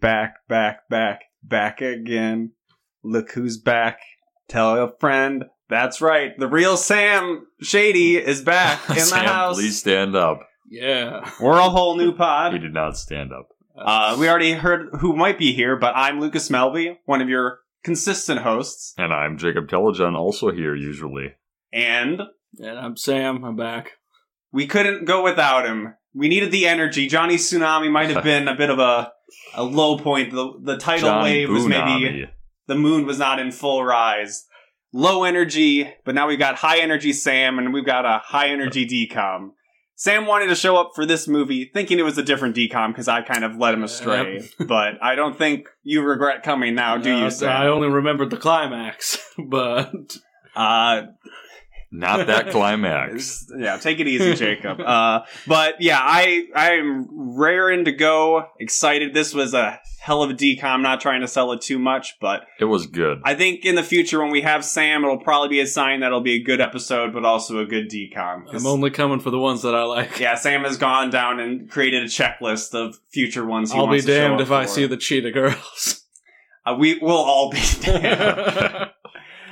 back, back, back, back again. Look who's back. Tell a friend. That's right. The real Sam Shady is back in the Sam, house. please stand up. Yeah. We're a whole new pod. He did not stand up. Uh, we already heard who might be here, but I'm Lucas Melby, one of your consistent hosts, And I'm Jacob Telejon, also here usually. and And I'm Sam. I'm back. we couldn't go without him. We needed the energy. Johnny Tsunami might have been a bit of a a low point. The the tidal wave was maybe Boonami. the moon was not in full rise. Low energy, but now we've got high energy Sam and we've got a high energy decom. Sam wanted to show up for this movie thinking it was a different decom because I kind of led him astray. but I don't think you regret coming now, do Uh, you, Sam? I only remembered the climax, but Uh, Not that climax. It's- Yeah, take it easy, Jacob. Uh, but yeah, I I am raring to go, excited. This was a hell of a decom. Not trying to sell it too much, but It was good. I think in the future when we have Sam, it'll probably be a sign that'll be a good episode, but also a good decom. 'Cause- I'm only coming for the ones that I like. yeah, Sam has gone down and created a checklist of future ones. He I'll be wants to show damned up if I for. see the cheetah girls. Uh, we will all be damned.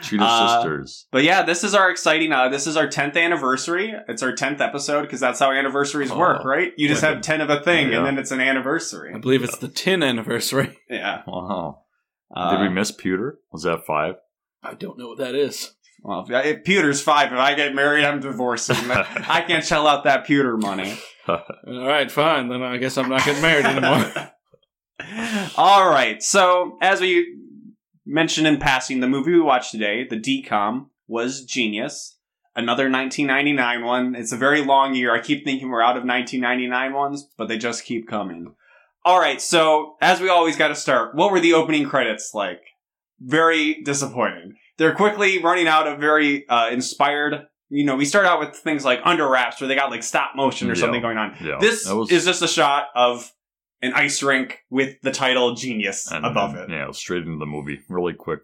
Cheetah Uh, Sisters. But yeah, this is our exciting. Uh, this is our tenth anniversary. It's our tenth episode because that's how anniversaries work, Oh. right? You just have ten of a thing, Yeah. and then it's an I anniversary. believe it's the 10 anniversary. Yeah. Wow. Uh, Did we miss Pewter? Was that five? I don't know what that is. well, if, if pewter's five, if I get married, I'm divorcing. I can't shell out that pewter money. All right, fine. Then I guess I'm not getting married anymore. All right. So, as we mentioned in passing, the movie we watched today, the DCOM, was Genius. Another 1999 one. It's a very long year. I keep thinking we're out of 1999 ones, but they just keep coming. All right. So, as we always got to start, what were the opening credits like? Very disappointing. They're quickly running out of very uh, inspired. You know, we start out with things like under wraps, where they got like stop motion or Yeah. something going on. Yeah. This that was- is just a shot of an ice rink with the title Genius and- above and, it. Yeah, straight into the movie. Really quick.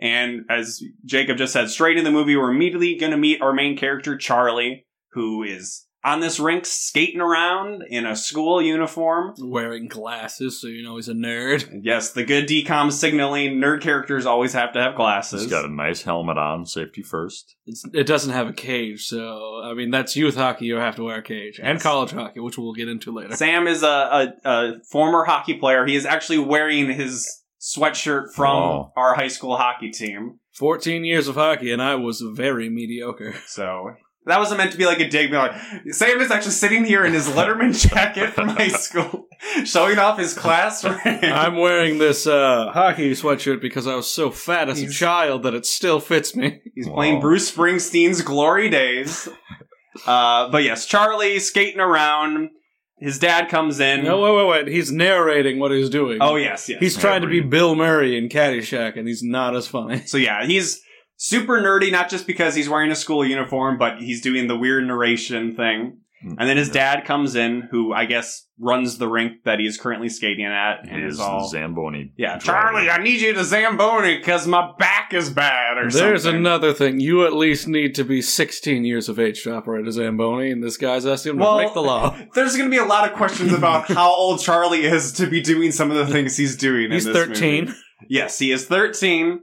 And as Jacob just said, straight in the movie, we're immediately going to meet our main character, Charlie, who is on this rink skating around in a school uniform. Wearing glasses, so you know he's a nerd. And Yes, the good decom signaling nerd characters always have to have glasses. He's got a nice helmet on, safety first. It's, it doesn't have a cage, so I mean that's youth hockey. You have to wear a cage, and Yes. college hockey, which we'll get into later. Sam is a, a, a former hockey player. He is actually wearing his sweatshirt from Oh. our high school hockey team. Fourteen years of hockey, and I was very mediocre. So that wasn't meant to be like a dig. Be like, Sam is actually sitting here in his Letterman jacket from high school, showing off his class. I'm wearing this uh, hockey sweatshirt because I was so fat as a He's- child that it still fits me. He's Wow. playing Bruce Springsteen's Glory Days. Uh, but yes, Charlie skating around. His dad comes in. No, wait, wait, wait. He's narrating what he's doing. oh yes, yes. he's trying to be Every- Bill Murray in Caddyshack, and he's not as funny. so yeah, he's super nerdy, not just because he's wearing a school uniform, but he's doing the weird narration thing. And then his dad comes in, who I guess runs the rink that he's currently skating at, He and is is the all Zamboni. Uh, Yeah, driver. Charlie, I need you to Zamboni because my back is bad or There's something. another thing. You at least need to be 16 years of age to operate a Zamboni, and this guy's asking him Well- to break the law. There's going to be a lot of questions about how old Charlie is to be doing some of the things he's doing. He's in this 13. movie. Yes, he is 13.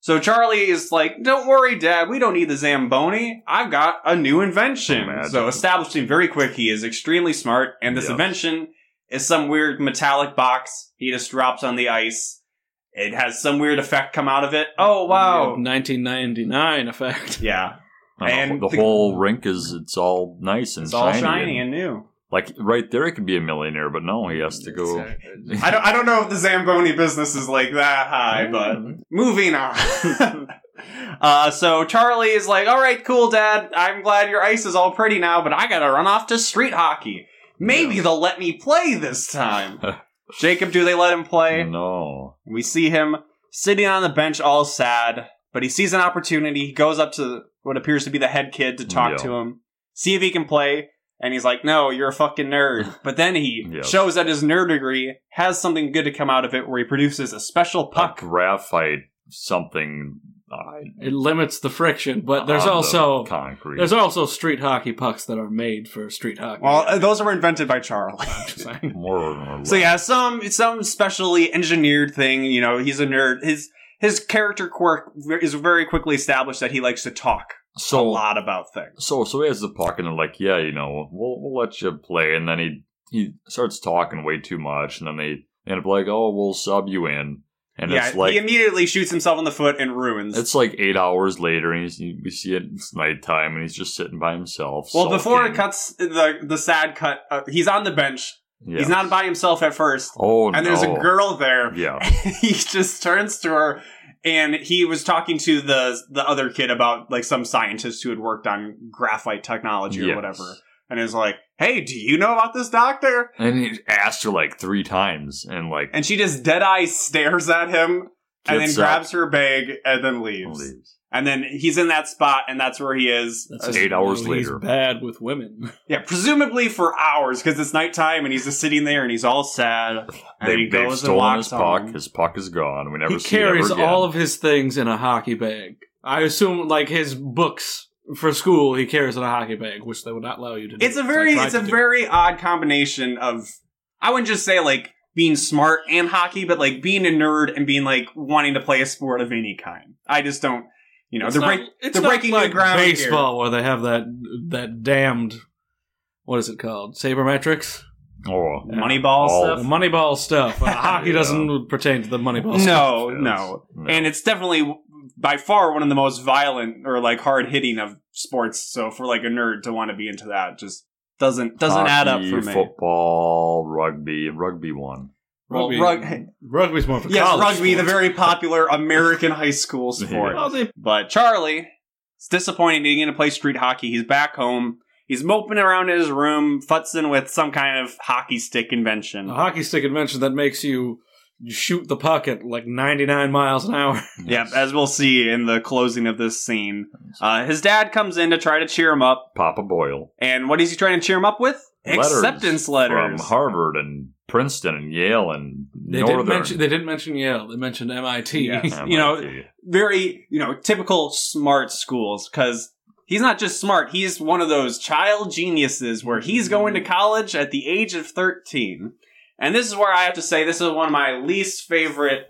So Charlie is like, "Don't worry, Dad. We don't need the Zamboni. I've got a new invention." Magic. So establishing very quick, he is extremely smart, and this Yes. invention is some weird metallic box he just drops on the ice. It has some weird effect come out of it. Oh wow! 1999 effect. Yeah, And, And the, the- whole rink is it's all nice and it's shiny. all shiny and and, new. like right there, he could be a millionaire, but no, he has to go. I don't, I don't know if the Zamboni business is like that high, but moving on. uh, so Charlie is like, all right, cool, Dad. I'm glad your ice is all pretty now, but I gotta run off to street hockey. Maybe they'll let me play this time. Jacob, do they let him play? No, We see him sitting on the bench all sad, but he sees an opportunity. He goes up to what appears to be the head kid to talk Yeah. to him, see if he can play. And he's like, no, you're a fucking nerd. But then he Yes. shows that his nerd degree has something good to come out of it where he produces a special a puck. graphite something I, It limits the friction, but there's on the also concrete. there's also street hockey pucks that are made for street hockey. Well, uh, those were invented by Charlie. I'm just saying. more or less. So yeah, some some specially engineered thing. You know, he's a nerd. His his character quirk is very quickly established that he likes to talk a so lot about things. so so he has the puck, and they're like, yeah, you know, we'll we'll let you play, and then he he starts talking way too much, and then they end up like, oh, we'll sub you in, and yeah, it's like he immediately shoots himself in the foot and ruins. It's like eight hours later, and he's, we see it. It's nighttime, and he's just sitting by himself. well, before it sulking. cuts the the sad cut, uh, he's on the bench. Yeah. He's not by himself at first, Oh and no! there's a girl there. Yeah, he just turns to her and he was talking to the the other kid about like some scientist who had worked on graphite technology or Yes. whatever and is like hey do you know about this doctor and he asked her like three times, and like and she just dead eye stares at him and then gets grabs her bag and then up and leaves leaves. and then he's in that spot and that's where he is That's Uh, just- eight hours you know, he's later. bad with women. yeah presumably for hours because it's nighttime and he's just sitting there and he's all sad and They, he they've goes and stolen walks his puck. home. His puck is gone. We never he see it carries ever again. all of his things in a hockey bag. I assume, like his books for school, he carries in a hockey bag, which they would not allow you to. do. It's a So I very tried it's a to do. very odd combination of I wouldn't just say like being smart and hockey, but like being a nerd and being like wanting to play a sport of any kind. I just don't you know, It's they're not- break- it's they're not breaking new like ground here. Baseball, where they have that that damned what is it called? Sabermetrics, Oh, Moneyball All the stuff. Moneyball stuff. Uh, hockey Yeah. doesn't pertain to the Moneyball. No, stuff. yes. Oh, no. No. And it's definitely by far one of the most violent or like hard hitting of sports, so for like a nerd to want to be into that just doesn't doesn't add up Hockey, for me. Football, rugby, rugby one. Well, Rugby, rug- rugby's more for Yes, college rugby, the sports. very popular American high school sport. Well, they- But Charlie, it's disappointing that he didn't get to play street hockey. He's back home. He's moping around in his room, futzing with some kind of hockey stick invention. a hockey stick invention that makes you shoot the puck at like 99 miles an hour. Yep, as we'll see in the closing of this scene. Uh, his dad comes in to try to cheer him up, Papa Boyle. and what is he trying to cheer him up with? Acceptance letters. from Harvard and Princeton and Yale and They Northern. didn't mention they didn't mention Yale. They mentioned MIT. Yes. MIT. you know, Very, you know, typical smart schools, because he's not just smart, he's one of those child geniuses where he's going to college at the age of 13. And this is where I have to say this is one of my least favorite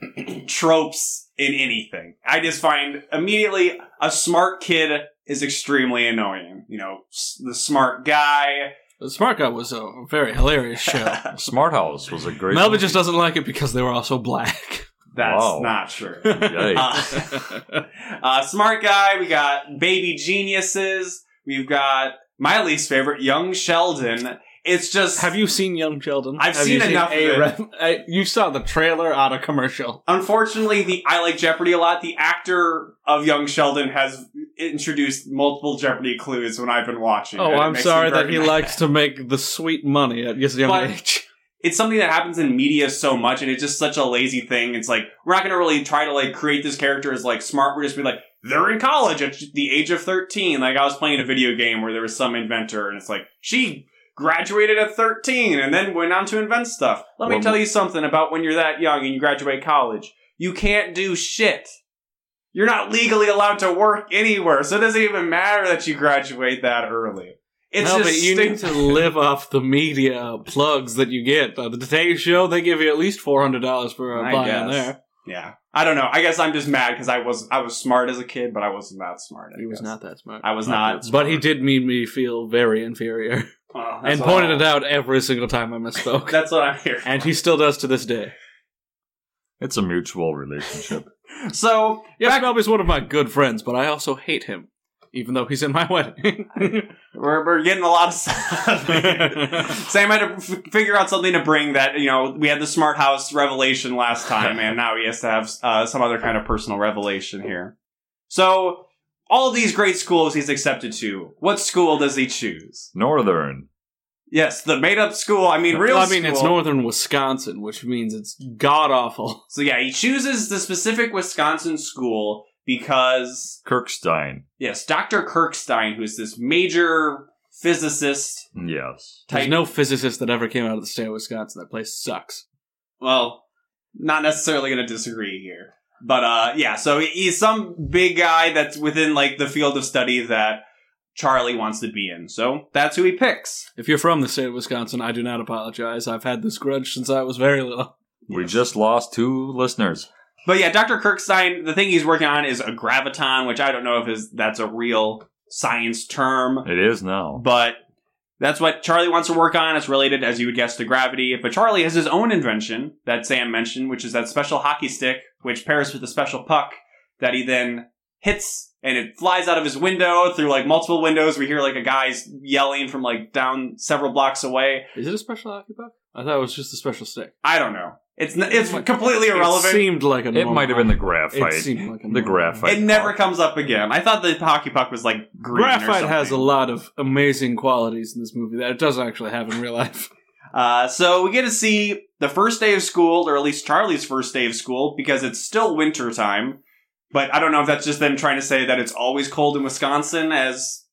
tropes in anything. I just find immediately a smart kid is extremely annoying. You know, s- the smart guy. The Smart Guy was a very hilarious show. Smart House was a great. Melba movie. just doesn't like it because they were also black. That's Wow. not true. Yikes. Uh, uh, smart guy. We got baby geniuses. We've got my least favorite, young Sheldon. It's just Have you seen Young Sheldon? I've Have seen enough of a it. ref- I- you saw the trailer on a commercial. Unfortunately, the I like Jeopardy a lot. The actor of young Sheldon has introduced multiple Jeopardy clues when I've been watching. Oh, and it I'm makes sorry me very that he mad. likes to make the sweet money at his young But- age. It's something that happens in media so much, and it's just such a lazy thing. It's like we're not going to really try to like create this character as like smart. We're just be like they're in college at the age of thirteen. Like I was playing a video game where there was some inventor, and it's like she graduated at thirteen and then went on to invent stuff. Let me Well, tell you something about when you're that young and you graduate college. You can't do shit. You're not legally allowed to work anywhere, so it doesn't even matter that you graduate that early. It's no, just but you need stupid. to live off the media plugs that you get. Uh, the Today Show, they give you at least four hundred dollars for I a buy on guess. there. Yeah, I don't know. I guess I'm just mad because I was I was smart as a kid, but I wasn't that smart. I He was guess. not that smart, I was Not not. that but he did make me feel very inferior, Well, that's and what pointed I- it out every single time I misspoke. That's what I'm here. and he still does to this day. It's a mutual relationship. So Yes, Back- Melby's one of my good friends, but I also hate him, even though he's in my wedding. we're, we're getting a lot of stuff. Sam had to f- figure out something to bring that you know we had the smart house revelation last time, and now he has to have uh, some other kind of personal revelation here. So all these great schools he's accepted to. What school does he choose? Northern. Yes, the made up school. I mean, real. I mean, it's school. northern Wisconsin, which means it's god awful. So yeah, he chooses the specific Wisconsin school because Kirkstein. yes, Dr. Kirkstein, who's this major physicist Yes. type. There's no physicist that ever came out of the state of Wisconsin. That place sucks. well, not necessarily going to disagree here. But uh, yeah, so he's some big guy that's within like the field of study that Charlie wants to be in. So that's who he picks. If you're from the state of Wisconsin, I do not apologize. I've had this grudge since I was very little. We just lost two listeners. But yeah, Dr. Kirkstein, the thing he's working on is a graviton, which I don't know if is that's a real science term, It is now. but that's what Charlie wants to work on. It's related, as you would guess, to gravity. But Charlie has his own invention that Sam mentioned, which is that special hockey stick, which pairs with a special puck that he then hits and it flies out of his window through like multiple windows. We hear like a guy's yelling from like down several blocks away. Is it a special hockey puck? I thought it was just a special stick. I don't know. It's n- it's completely irrelevant. It seemed like a It normal might have been the hockey- graphite. It seemed like a the normal graphite. it never comes up again. I thought the hockey puck was like green. or Graphite something. has a lot of amazing qualities in this movie that it doesn't actually have in real life. Uh, so we get to see the first day of school, or at least Charlie's first day of school, because it's still winter time. But I don't know if that's just them trying to say that it's always cold in Wisconsin, as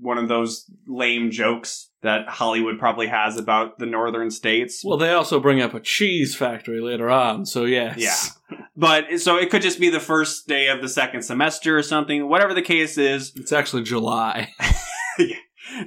one of those lame jokes that Hollywood probably has about the northern states. Well, they also bring up a cheese factory later on, so yes. Yeah. but so it could just be the first day of the second semester or something. Whatever the case is, It's actually July.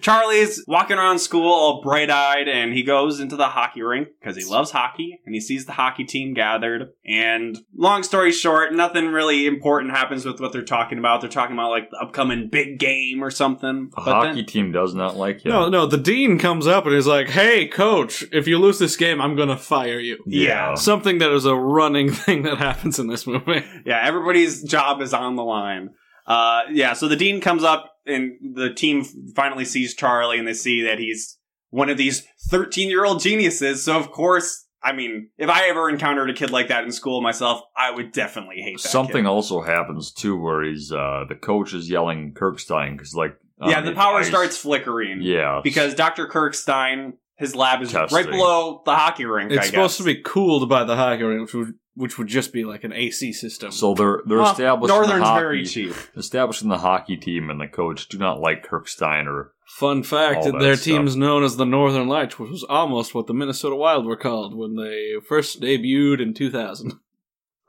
Charlie's walking around school all bright eyed, and he goes into the hockey rink because he loves hockey, and he sees the hockey team gathered. And long story short, nothing really important happens with what they're talking about. They're talking about like the upcoming big game or something. The but hockey team does not like you. No, no, the dean comes up and he's like, hey, coach, if you lose this game, I'm going to fire you. Yeah. Something that is a running thing that happens in this movie. then, yeah, everybody's job is on the line. Uh, yeah, so the dean comes up, and the team finally sees Charlie, and they see that he's one of these 13 year old geniuses. So, of course, I mean, if I ever encountered a kid like that in school myself, I would definitely hate that. kid. Something also happens too, where he's uh, the coach is yelling Kirkstein because like on yeah, the power ice- starts flickering. Yeah, Because Dr. Kirkstein, his lab is right Testing. below the hockey rink, I It's guess. supposed to be cooled by the hockey rink, which would, which would just be like an AC system. so they're they're Well, establishing Northern's the hockey, very cheap. establishing the hockey team and the coach do not like Kirkstein or Fun fact All that that their stuff. team's known as the Northern Lights, which was almost what the Minnesota Wild were called when they first debuted in 2000.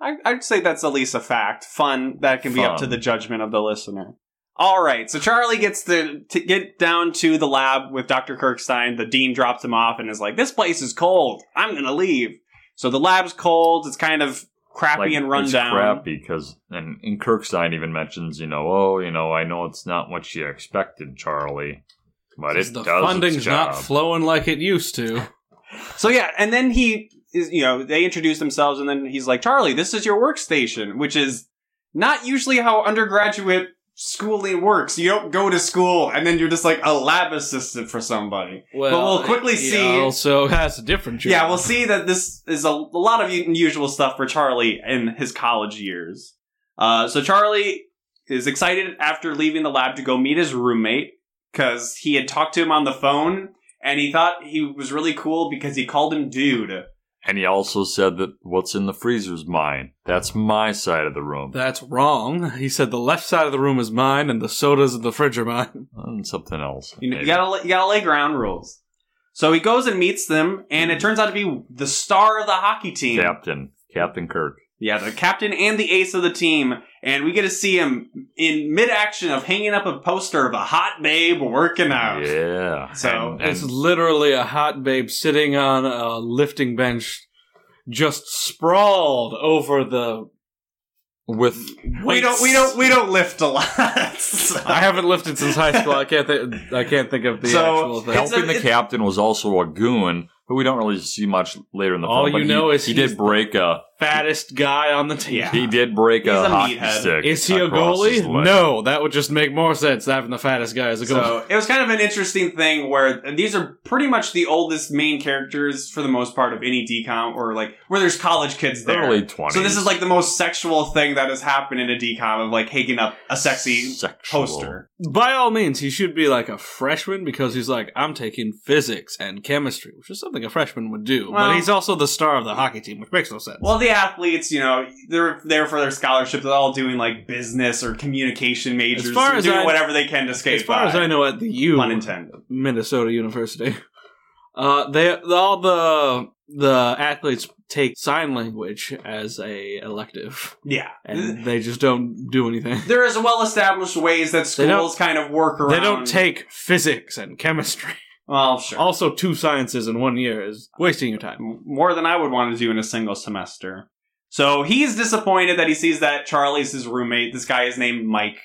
I, I'd say that's at least a fact. Fun. That can be up Fun. to the judgment of the listener. All right. So Charlie gets to, to get down to the lab with Dr. Kirkstein. The dean drops him off and is like, this place is cold. I'm going to leave. So the lab's cold. It's kind of crappy like and it's rundown. crappy because and, and Kirkstein even mentions you know oh you know I know it's not what you expected Charlie, but it the does funding's its not job. flowing like it used to. So yeah, and then he is you know, they introduce themselves and then he's like, Charlie, this is your workstation, which is not usually how undergraduate schooling works. You don't go to school and then you're just like a lab assistant for somebody. Well, we'll quickly it see- Also has a different job. Yeah, we'll see that this is a, a lot of unusual stuff for Charlie in his college years. Uh, so Charlie is excited after leaving the lab to go meet his roommate because he had talked to him on the phone and he thought he was really cool because he called him dude. And he also said that what's in the freezer's mine. That's my side of the room. That's wrong. He said the left side of the room is mine, and the sodas in the fridge are mine. and something else. You, know, you maybe. gotta you gotta lay ground rules. So he goes and meets them, and it turns out to be the star of the hockey team. Captain. Captain Kirk. Yeah, the captain and the ace of the team, and we get to see him in mid action of hanging up a poster of a hot babe working out. Yeah. Oh. So- And- It's and literally a hot babe sitting on a lifting bench, just sprawled over the. with We don't we don't we don't lift a lot. I So- haven't lifted since high school. I can't. Th- I can't think of the So, actual it's thing. a- helping the it's- captain was also a goon, who we don't really see much later in the All film. but you he- know is he he's- did break a Fattest guy on the team. Yeah. he did break He's a, a hockey meathead. stick. Is he a across his goalie? leg. No, that would just make more sense having the fattest guy as a goalie. So it was kind of an interesting thing where these are pretty much the oldest main characters for the most part of any decom or like where there's college kids there. Early twenties. So this is like the most sexual thing that has happened in a decom of like hanging up a sexy Sexual. poster. By all means, he should be like a freshman because he's like, I'm taking physics and chemistry, which is something a freshman would do. Well- but he's also the star of the hockey team, which makes no sense. Well, the athletes, you know, they're there for their scholarship. They're all doing like business or communication majors, far as doing I- whatever they can to skate as far by. as I know, at the U, pun intended. Minnesota University, uh, they all the the athletes take sign language as a elective, Yeah. and they just don't do anything. there is well established ways that They don't- schools kind of work around. They don't take physics and chemistry. Well, sure. Also, two sciences in one year is wasting your time. more than I would want to do in a single semester. So he's disappointed that he sees that Charlie's his roommate. This guy is named Mike.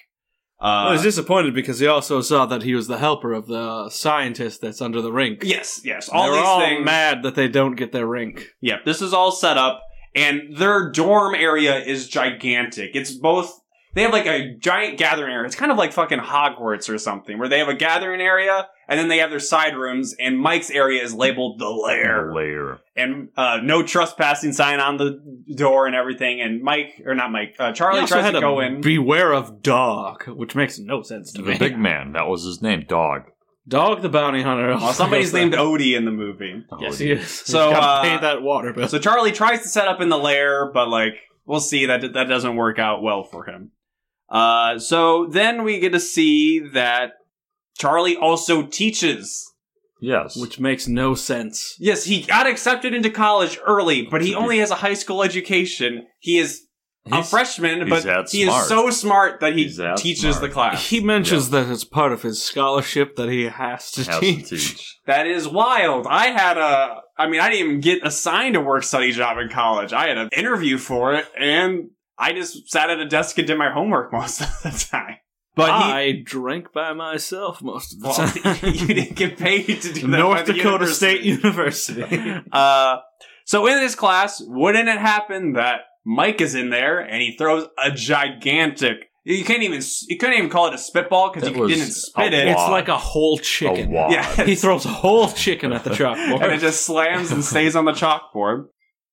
I Uh, was disappointed because he also saw that he was the helper of the scientist that's under the rink. yes, yes. All They're these all things. mad that they don't get their rink. Yep, this is all set up, and their dorm area is gigantic. It's both. They have like a giant gathering area. It's kind of like fucking Hogwarts or something, where they have a gathering area, and then they have their side rooms. And Mike's area is labeled the lair. Layer. and uh, no trespassing sign on the door and everything. And Mike, or not Mike, uh, He Charlie also tries had to a go in. Beware of Dog, which makes no sense to The me. big man. That was his name. Dog. Dog the bounty hunter. well, somebody's named Odie in the movie. Oh, Yes, he is. So, So uh, pay that water bill. So Charlie tries to set up in the lair, but like we'll see that that doesn't work out well for him. Uh, so then we get to see that Charlie also teaches. Yes. which makes no sense. Yes, he got accepted into college early, but he He's- only has a high school education. He is a He's- freshman, he's but that he smart. is so smart that he He's that teaches smart. the class. He mentions that it's part of his scholarship that he has to has to teach. teach. That is wild. I had a, I mean, I didn't even get assigned a work study job in college. I had an interview for it, and I just sat at a desk and did my homework most of the time. But he, I drank by myself most of the well, time. you didn't get paid to do that. by North the Dakota State university. University. Uh, so in this class, wouldn't it happen that Mike is in there and he throws a gigantic? You can't even, you couldn't even call it a spitball because It you was didn't spit a it. wad. it's like a whole chicken. A wad. Yeah. He throws a whole chicken at the and it chalkboard. just slams and stays on the chalkboard.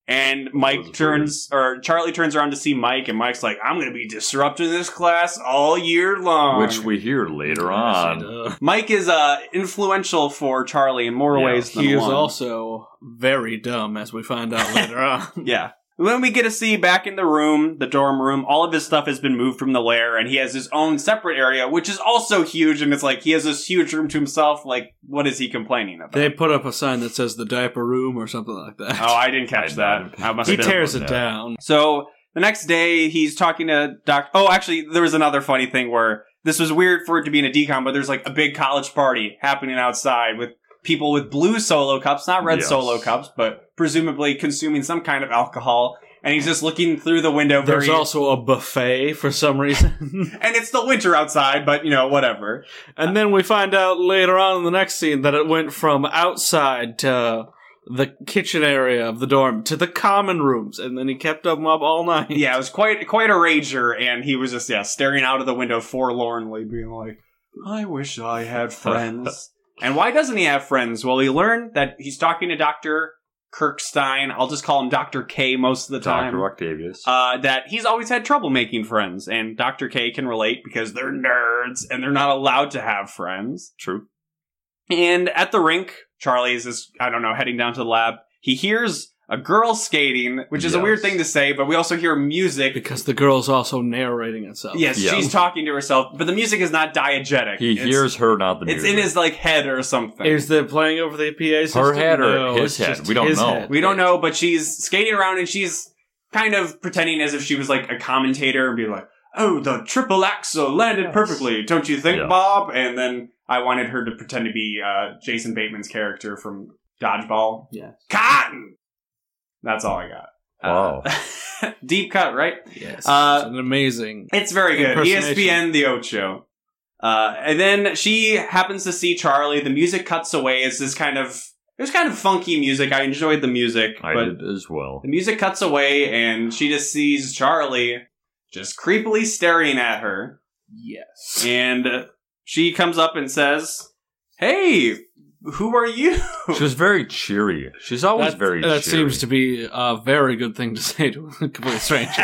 And Mike was turns, or Charlie turns around to see Mike, and Mike's like, "I'm going to be disrupting this class all year long." Which we hear later on. Uh, Mike is uh, influential for Charlie in more Yeah. ways than He is one. also very dumb, as we find out later on. yeah. Then we get to see back in the room, the dorm room, all of his stuff has been moved from the lair, and he has his own separate area, which is also huge. And it's like he has this huge room to himself. Like, what is he complaining about? They put up a sign that says the diaper room or something like that. oh, I didn't catch I that. didn't. I must he have been tears one it now. down. So the next day, he's talking to Doc. Oh, actually, there was another funny thing where this was weird for it to be in a decom, but there's like a big college party happening outside with people with blue solo cups, not red Yes. solo cups, but presumably consuming some kind of alcohol. And he's just looking through the window. There's very- also a buffet for some reason. and it's still winter outside, but you know, whatever. and then we find out later on in the next scene that it went from outside to the kitchen area of the dorm to the common rooms, and then he kept them up all night. Yeah, it was quite quite a rager, and he was just yeah staring out of the window forlornly, being like, "I wish I had friends." and why doesn't he have friends? Well, he learned that he's talking to Doctor Kirkstein. I'll just call him Doctor K most of the time. Dr. Octavius. Uh, that he's always had trouble making friends, and Doctor K can relate because they're nerds and they're not allowed to have friends. True. And at the rink, Charlie is just, I don't know, heading down to the lab. He hears a girl skating, which is a weird Yes. thing to say, but we also hear music. Because the girl's also narrating itself. Yes, Yeah. she's talking to herself, but the music is not diegetic. He It's- hears her, not the it's music. in his like head or something. Is they playing over the PA system? head or No, his it's head? just We don't his know. head. we don't know, but she's skating around and she's kind of pretending as if she was like a commentator and be like, "Oh, the triple axel landed Yes. perfectly, don't you think, Yeah. Bob?" And then I wanted her to pretend to be uh, Jason Bateman's character from Dodgeball. Yes. Cotton. That's all I got. Wow. Uh, deep cut, right? Yes. Uh, it's an amazing. It's very good. E Impersonation. ESPN The Ocho. Uh, and then she happens to see Charlie. The music cuts away. It's this kind of it was kind of funky music. I enjoyed the music, I but did as well. the music cuts away, and she just sees Charlie just creepily staring at her. Yes. And uh, she comes up and says, "Hey, who are you?" She was very cheery. She's always That- very cheery. That seems to be a very good thing to say to a complete stranger.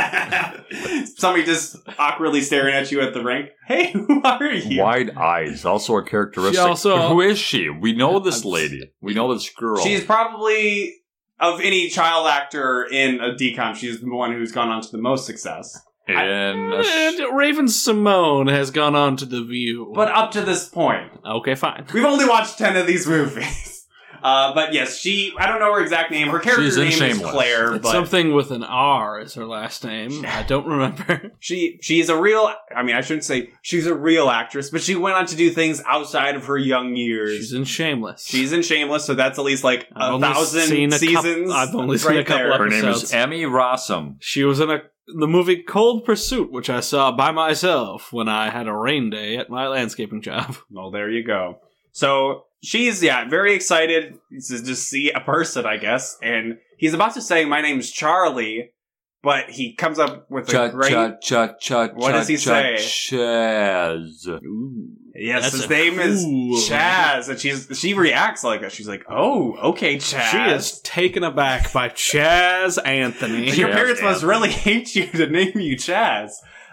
Somebody just awkwardly staring at you at the rink. Hey, who are you? Wide eyes, also a characteristic. She also- Who is she? We know this I'm s- lady. We know this girl. She's probably of any child actor in a decom. She's the one who's gone on to the most success. Mm, and uh, sh- And Raven Simone has gone on to The View. But up to this point, okay, fine. we've only watched ten of these movies. Uh, but yes, she. I don't know her exact name. Her character's She's in name is Shameless. Claire, It's but something with an R is her last name. I don't remember. she she is a real. I mean, I shouldn't say she's a real actress, but she went on to do things outside of her young years. She's She's, in Shameless. in Shameless, so that's at least like I've a only thousand seen a coup- seasons. I've only seen a couple there. Her name Episodes. is Emmy Rossum. She was in a the movie Cold Pursuit, which I saw by myself when I had a rain day at my landscaping job. Well, there you go. So she's yeah, very excited to just see a person, I guess. And he's about to say, "My name's Charlie," but he comes up with a Cha great cha cha cha. What does he say? Chaz. yes. That's His a name is cool- Chaz, and she's she reacts like that. She's like, "Oh, okay, Chaz." She is taken aback by Chaz Anthony. Your Chaz parents must Anthony. really hate you to name you Chaz.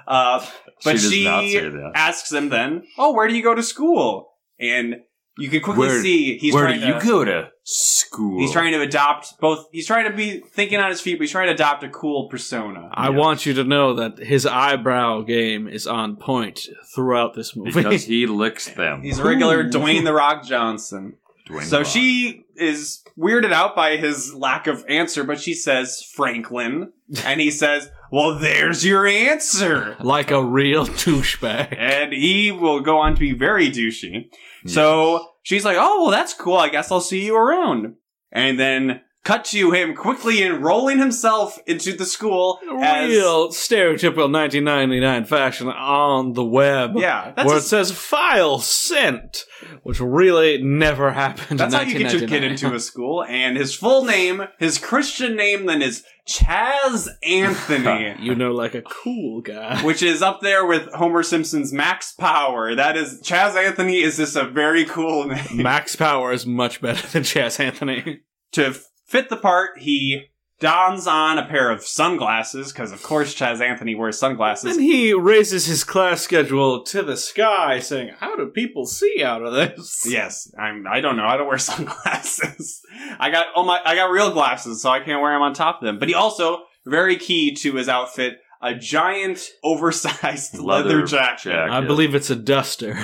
Uh, But she does she- not say that. asks him then, "Oh, where do you go to school?" And you can quickly Where- see he's Where trying to, do you go to school? He's trying to adopt both. He's trying to be thinking on his feet, but he's trying to adopt a cool persona. I Yeah. want you to know that his eyebrow game is on point throughout this movie. because he licks them. He's a regular Ooh. Dwayne the Rock Johnson. Dwayne so Rock. she is weirded out by his lack of answer, but she says Franklin, and he says, "Well, there's your answer." like a real douchebag. And he will go on to be very douchey. Yes. So she's like, "Oh, well, that's cool. I guess I'll see you around." And then cut to him quickly enrolling himself into the school. as- Real stereotypical 1999 fashion on the web. yeah, that's where a it says file sent, which really never happened. That's in how you get your kid 1999. into a school. And his full name, his Christian name, then is Chaz Anthony, You know, like a cool guy. which is up there with Homer Simpson's Max Power. That is Chaz Anthony. Is just a very cool name Max Power is much better than Chaz Anthony. to fit the part? He dons on a pair of sunglasses because, of course, Chaz Anthony wears Then sunglasses. he raises his class schedule to the sky, saying, "How do people see out of this?" Yes, I'm. I don't know. I don't wear sunglasses. I got oh my. I got real glasses, so I can't wear them on top of them. But he also very key to his outfit. A giant, oversized leather, Leather jacket. jacket. I believe it's a duster.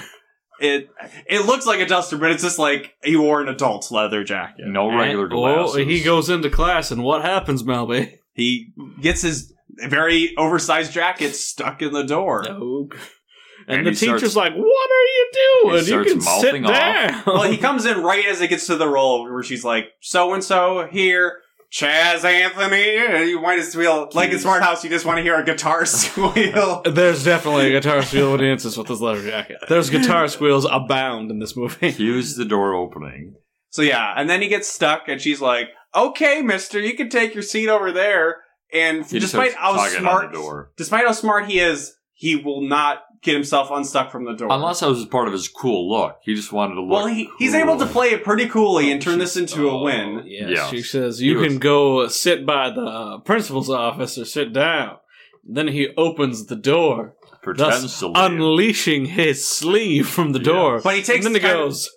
It it looks like a duster, but it's just like he wore an adult leather jacket. no regular And- oh, glasses. he goes into class, and what happens, Melby? He gets his very oversized jacket stuck in the door. No. And, And the he teacher's starts- like, "What are you doing? He You starts can sit mouthing off. down." Well, he comes in right as it gets to the roll where she's like, so and so here. Chaz Anthony, and you might as well, like in Jeez. Smart House, you just want to hear a guitar squeal. There's definitely a guitar squeal that dances with this leather jacket. There's guitar squeals abound in this movie. Cues the door opening. so yeah, and then he gets stuck, and she's like, okay, mister, you can take your seat over there. And He despite starts how tugging on smart, the door. despite how smart he is, he will not get himself unstuck from the door. Unless that was just part of his cool look. He just wanted to look. well, he, he's cool. Oh. able to play it pretty coolly and turn this into a win. Oh, Yes, Yeah. she says He you was- can go sit by the uh, principal's office or sit down. Then he opens the door, Pretends thus to leave. unleashing his sleeve from the door. But he takes and then he kind of- goes,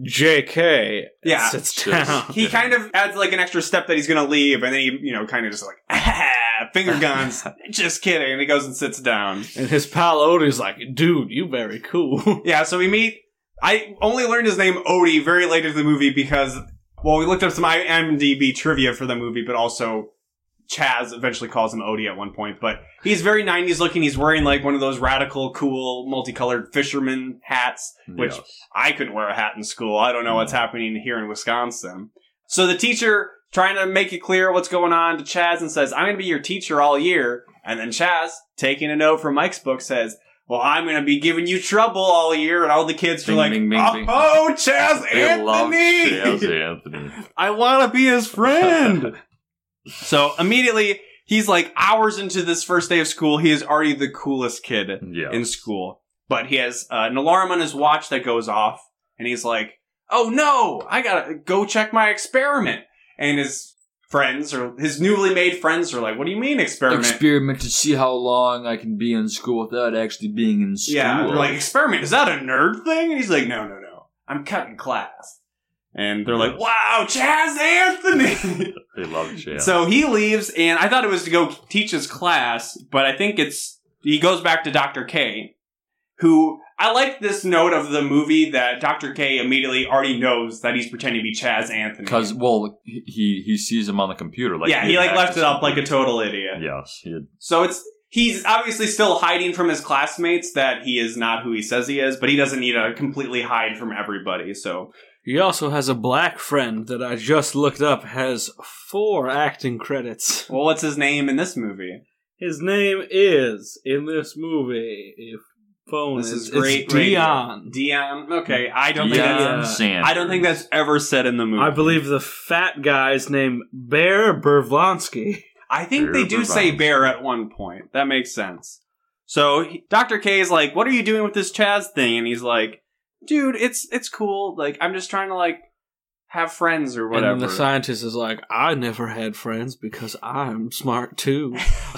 "J.K." and Yeah. sits Just- down. He kind of adds like an extra step that he's gonna leave, and then he, you know, kind of just like finger guns. just kidding, and he goes and sits down. And his pal Odie's like, "Dude, you very cool." Yeah, so we meet. I only learned his name Odie very late into the movie because, well, we looked up some IMDb trivia for the movie, but also Chaz eventually calls him Odie at one point. But he's very '90s looking. He's wearing like one of those radical, cool, multicolored fisherman hats. which- Yes. I couldn't wear a hat in school. I don't know Hmm. what's happening here in Wisconsin. So the teacher trying to make it clear what's going on to Chaz and says, I'm going to be your teacher all year. And then Chaz, taking a note from Mike's book, says, well, I'm going to be giving you trouble all year. And all the kids are Bing, like, bing, bing, oh, bing. oh, Chaz They love Chaz Anthony! Anthony. I want to be his friend. so immediately, he's like hours into this first day of school. He is already the coolest kid Yeah. in school. But he has uh, an alarm on his watch that goes off, and he's like, "Oh no, I gotta go check my experiment." And his friends or his newly made friends are like, "What do you mean experiment?" experiment to see how long I can be in school without actually being in school. yeah, they're like, "Experiment is that a nerd thing?" And he's like, "No, no, no, I'm cutting class." And they're like, "Wow, Chaz Anthony!" they love Chaz. So he leaves, and I thought it was to go teach his class, but I think it's he goes back to Doctor K, who I like this note of the movie that Dr. K immediately already knows that he's pretending to be Chaz Anthony. Because well, he he sees him on the computer. Like yeah, he like had left it access- up like a total idiot. Yes, he had, So it's he's obviously still hiding from his classmates that he is not who he says he is, but he doesn't need to completely hide from everybody. So He also has a black friend that I just looked up has four acting credits. well, what's his name in this movie? His name is in this movie. If phone This is, is great it's radio. Dion. Dion. Okay, I don't think Dion. that's Deion Sanders. I don't think that's ever said in the movie. I believe the fat guy's name Bear Bervonsky. I think Bear they do provides. say bear at one point. That makes sense. So he- Dr. K is like, "What are you doing with this Chaz thing?" And he's like, "Dude, it's it's cool. Like I'm just trying to like have friends or whatever." And then the scientist is like, "I never had friends because I'm smart too.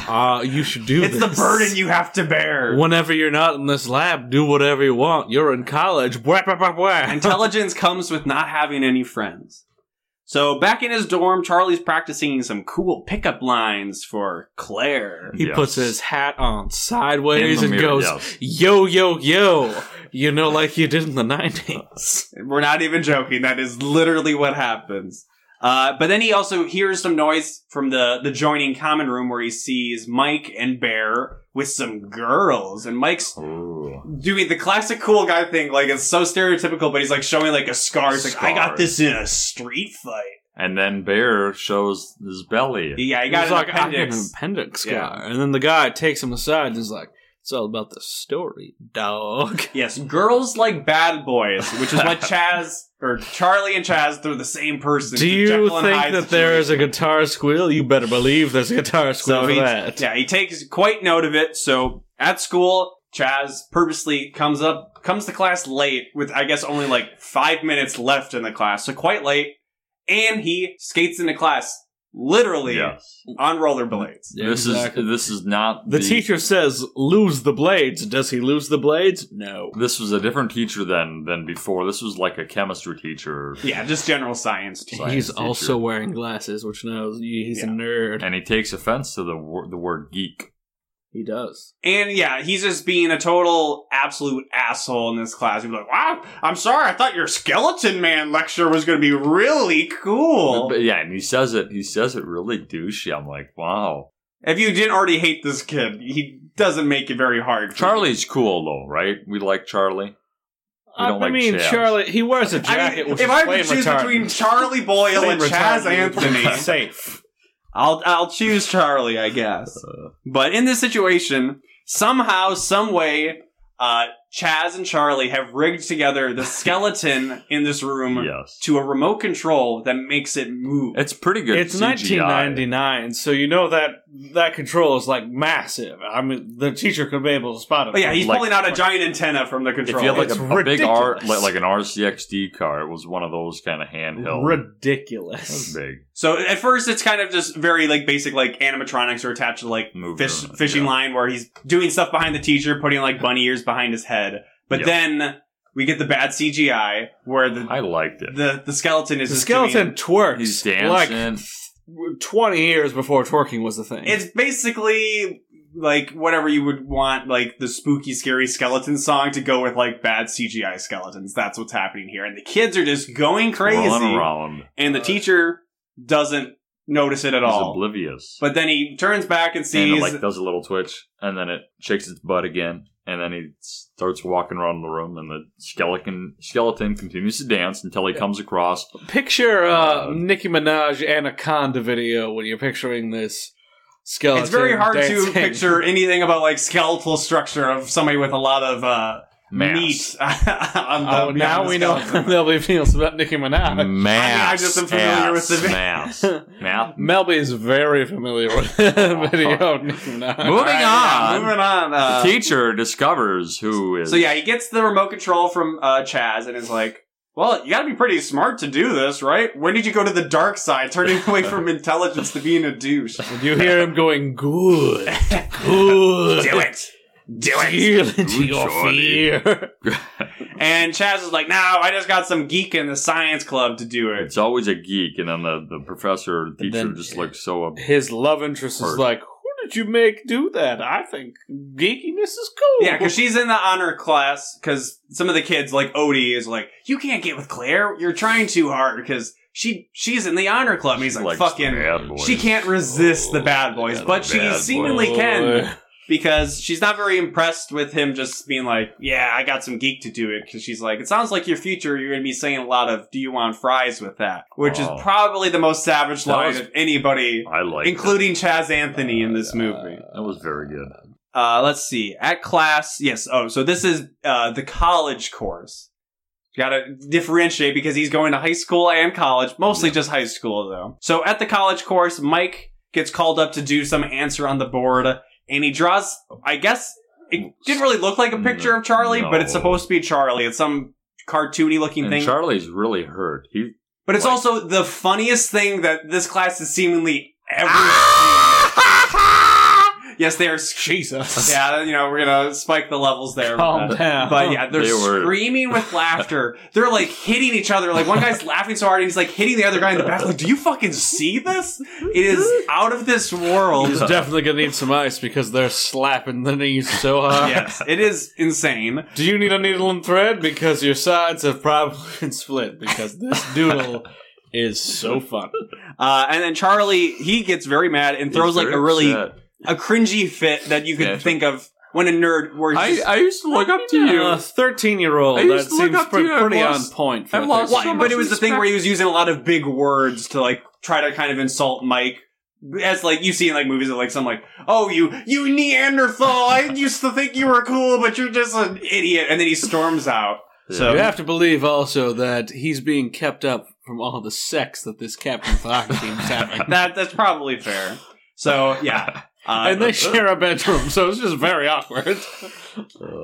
Uh, you should do it's this. the burden you have to bear. Whenever you're not in this lab, do whatever you want. You're in college. Bwah, bwah, bwah, bwah. Intelligence comes with not having any friends. So back in his dorm, Charlie's practicing some cool pickup lines for Claire. He Yes. puts his hat on in sideways the and mirror, goes, yes. "Yo, yo, yo!" You know, like you did in the nineties. We're not even joking. That is literally what happens. Uh, but then he also hears some noise from the, the joining common room where he sees Mike and Bear with some girls. And Mike's Ooh. doing the classic cool guy thing. Like, it's so stereotypical, but he's like showing like a scar. He's like, I got Scar. this in a street fight. And then Bear shows his belly. Yeah, he got an like, "I got appendix. an appendix guy," Yeah. and then the guy takes him aside and is like, "It's all about the story, dog." Yes, girls like bad boys, which is what Chaz or Charlie and Chaz, they're the same person. Do you Jekyll and think Hyde that there is situation. a guitar squeal? You better believe there's a guitar squeal So for he, that. yeah, he takes quite note of it. So at school, Chaz purposely comes up, comes to class late with, I guess, only like five minutes left in the class. So quite late. And he skates into class literally Yes. on rollerblades. Yeah, this exactly. is this is not The teacher says, "Lose the blades." Does he lose the blades? No. This was a different teacher than than before. This was like a chemistry teacher, Yeah, just general science. teacher. Science He's teacher. also wearing glasses, which knows he's a Yeah. nerd. and he takes offense to the wor- the word geek. He does. And yeah, he's just being a total absolute asshole in this class. He's like, wow, I'm sorry, I thought your skeleton man lecture was going to be really cool. But yeah, and he says it. He says it really douchey. I'm like, wow. If you didn't already hate this kid, he doesn't make it very hard. for you. Charlie's cool though, right? We like Charlie. We I, don't I like mean, Chaz. Charlie, he wears a I jacket, mean, which if is I flame have to choose retardant. between Charlie Boyle Flame and Chaz retardant. Anthony, safe. I'll I'll choose Charlie, I guess. Uh, But in this situation, somehow, some way, uh, Chaz and Charlie have rigged together the skeleton in this room yes, to a remote control that makes it move. it's pretty good. It's CGI. 1999, so you know that that control is like massive. I mean, the teacher could be able to spot it. But Oh, yeah, he's Like- pulling out a giant antenna from the If control. you had like It's a, a big R, ridiculous. like, like an RCXD car, it was one of those kind of handheld. that was ridiculous. big. so at first, it's kind of just very like basic like animatronics are attached to like Moved fish, around, fishing yeah. line where he's doing stuff behind the teacher, putting like bunny ears behind his head. But Yeah. then we get the bad CGI where the I liked it. the, the skeleton is The just skeleton doing- twerks He's like dancing. th- 20 years before twerking was the thing. it's basically like whatever you would want, like the spooky, scary skeleton song to go with like bad CGI skeletons. That's what's happening here, and the kids are just going crazy, Run around. and the teacher doesn't notice it at He's all. oblivious. but then he turns back and and sees it like does a little twitch, and then it shakes its butt again, and then he starts walking around the room, and the skeleton skeleton continues to dance until he comes across. Picture uh, Uh, Nicki Minaj Anaconda video when you're picturing this skeleton. it's very hard to dancing. picture anything about like skeletal structure of somebody with a lot of uh, Mass. meat. on the- Oh, now on the we know skeleton. Melby feels about Nicki Minaj. Mass. I just am familiar with the- mass. Mm. Math. Melby is very familiar with the video of Nicki Moving Minaj. All yeah, on. moving on. uh, the teacher discovers who is. so yeah, he gets the remote control from uh, Chaz and is like. Well, you gotta be pretty smart to do this, right? When did you go to the dark side, turning away from intelligence to being a douche? And you hear him going, good, good. Do it! Do it! Deal into Good, your Johnny. fear. And Chaz is like, no, I just got some geek in the science club to do it. It's always a geek, and then the, the professor teacher then- just looks so. His love interest is Hurt. like, who did you make do that? I think geekiness is cool. Yeah, because she's in the honor class. Because some of the kids, like Odie, is like, "You can't get with Claire. You're trying too hard." Because she she's in the honor club. And he's She like, likes the "Fucking." bad boys. She can't resist the bad boys, Yeah, but the she bad seemingly boys. Oh, can because she's not very impressed with him just being like, "Yeah, I got some geek to do it." Because she's like, "It sounds like your future. You're going to be saying a lot of, do you want fries with that?'" Which Oh. is probably the most savage That line was- of anybody, Oh, I like Uh, including Chaz Anthony in this movie. That was very good. Uh, let's see. At class, yes. Oh, so this is uh, the college course. Got to differentiate because he's going to high school and college, mostly just high school though. So at the college course, Mike gets called up to do some answer on the board, and he draws. I guess it didn't really look like a picture of Charlie, but it's No. supposed to be Charlie. It's some cartoony looking And thing. Charlie's really hurt. He but it's like- also the funniest thing that this class has seemingly ever. Ah! seen. Yes, they are Jesus. yeah, you know, we're gonna spike the levels there. with Calm that. down. But yeah, they're They were- screaming with laughter. They're like hitting each other. Like one guy's laughing so hard, and he's like hitting the other guy in the back. Like, do you fucking see this? It is out of this world. He's definitely gonna need some ice because they're slapping the knees so hard. yes, it is insane. Do you need a needle and thread? Because your sides have probably been split because this doodle is so fun. Uh, and then Charlie, he gets very mad and he's throws like very a really upset. a cringy fit that you could Yeah. think of when a nerd. Where he's I, I used to look up to you. A thirteen-year-old I that used to look seems up to pre- you. I've pretty lost- on point. For I've a lost so 13-year-old. but it was the thing where he was using a lot of big words to like try to kind of insult Mike. As like you see in like movies of like some like oh you you Neanderthal I used to think you were cool but you're just an idiot and then he storms out so You have to believe also that he's being kept up from all the sex that this Captain Fox team's having. that that's probably fair so yeah uh, And they share a bedroom, so it's just very awkward.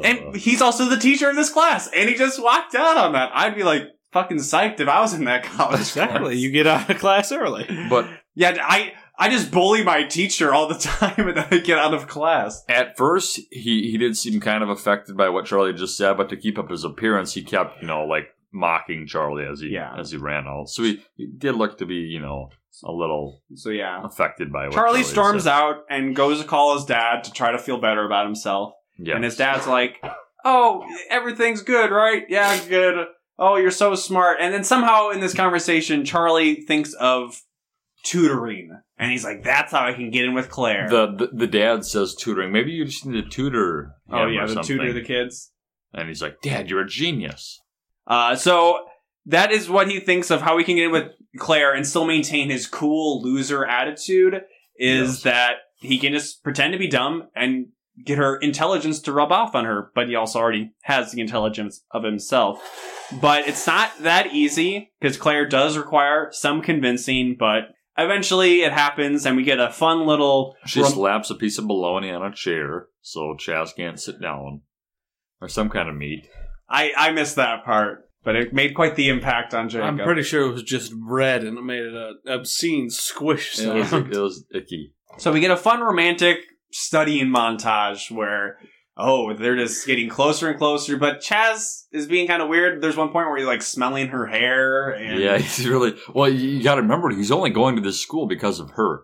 and he's also the teacher of this class and he just walked out on that I'd be like fucking psyched if I was in that college course. get out of class early. but yeah I I just bully my teacher all the time and then I get out of class at first, he, he did seem kind of affected by what Charlie just said, but to keep up his appearance, he kept, you know, like mocking Charlie as he Yeah. as he ran all. So he, he did look to be, you know, a little so yeah affected by what Charlie storms said. out and goes to call his dad to try to feel better about himself. Yeah. And his dad's like, Oh, everything's good, right? Yeah, good. Oh, you're so smart. And then somehow in this conversation, Charlie thinks of tutoring. And he's like, That's how I can get in with Claire. the, the the dad says tutoring. Maybe you just need to tutor. Him oh, yeah, or the something. tutor the kids. And he's like, Dad, you're a genius. Uh, so that is what he thinks of how he can get in with Claire and still maintain his cool loser attitude is Yes. that he can just pretend to be dumb and get her intelligence to rub off on her, but he also already has the intelligence of himself. But it's not that easy because Claire does require some convincing, but eventually it happens and we get a fun little She rom- slaps a piece of bologna on a chair so Chaz can't sit down. Or some kind of meat. I I missed that part, but it made quite the impact on Jacob. I'm pretty sure it was just bread and it made it an obscene squish It was, sound. it was icky. So we get a fun romantic studying montage where oh they're just getting closer and closer, but Chaz is being kind of weird. There's one point where he's like smelling her hair and Yeah, he's really well. You you got to remember, he's only going to this school because of her.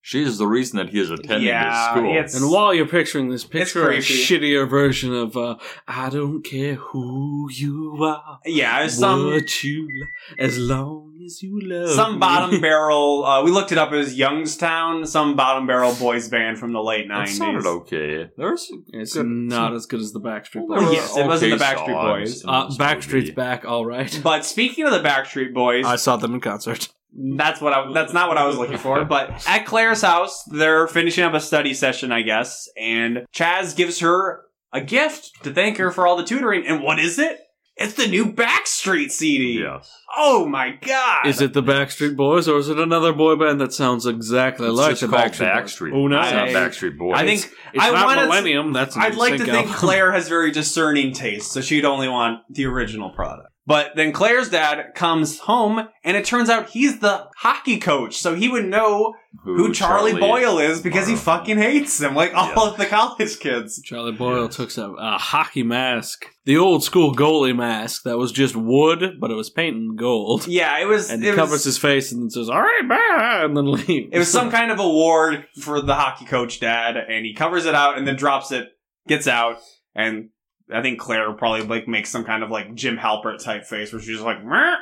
She is the reason that he is attending Yeah, this school. it's- And while you're picturing this, picture a creepy. shittier version of uh, "I don't care who you are, yeah, it's some what you li- as long as you love some me." bottom barrel. Uh, we looked it up as Youngstown, some bottom barrel boys band from the late It sounded nineties. okay. There's It's Good. not as good as the Backstreet there were Boys. Yes, it wasn't okay the Backstreet songs Boys. in Uh, this Backstreet's movie. back, all right. But speaking of the Backstreet Boys, I saw them in concert. That's what I. That's not what I was looking for. But at Claire's house, they're finishing up a study session, I guess. And Chaz gives her a gift to thank her for all the tutoring. And what is it? It's the new Backstreet CD. Yes, Oh my god! Is it the Backstreet Boys or is it another boy band that sounds exactly It's like just the called Backstreet, Backstreet. Boys? Oh, no. It's not I- Backstreet Boys. I think It's I not wanna- Millennium. That's an I'd like to NSYNC think album. Claire has very discerning taste, so she'd only want the original product. But then Claire's dad comes home, and it turns out he's the hockey coach, so he would know who, Charlie, Boyle is because he Boyle. fucking hates him, like all Yeah. of the college kids. Charlie Boyle took some, a hockey mask, the old school goalie mask that was just wood, but it was painted gold, Yeah, it was. and it covers was, his face and says, "All right, bye," and then leaves. It was some kind of award for the hockey coach dad, and he covers it out and then drops it, gets out, and I think Claire probably like makes some kind of like Jim Halpert type face where she's just like, "Meh,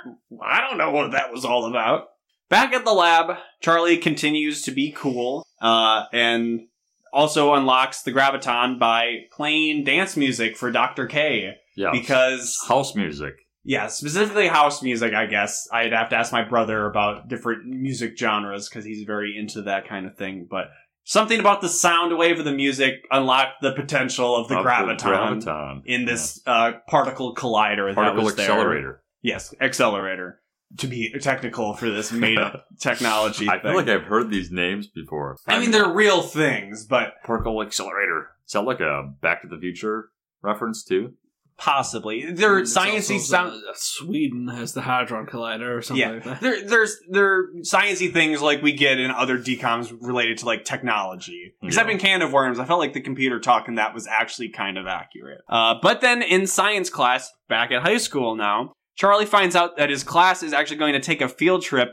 I don't know what that was all about. Back at the lab, Charlie continues to be cool, uh, and also unlocks the graviton by playing dance music for Dr. K Yeah. because house music. yeah, specifically house music, I guess. I'd have to ask my brother about different music genres because he's very into that kind of thing. But something about the sound wave of the music unlocked the potential of the, Of graviton, graviton. in this uh, particle collider. that Yeah. particle was there. accelerator. Yes, accelerator. To be technical for this made up technology I thing. feel like I've heard these names before. I mean, they're real things, but particle accelerator. Is that like a Back to the Future reference too? possibly Mm, they're It's sciencey also sound. some- Sweden has the hadron collider or something Yeah. like that. There, there's there are sciencey things like we get in other decoms related to like technology. Except Yeah. in Can of Worms, I felt like the computer talk in that was actually kind of accurate. Uh, but then in science class, back at high school now, Charlie finds out that his class is actually going to take a field trip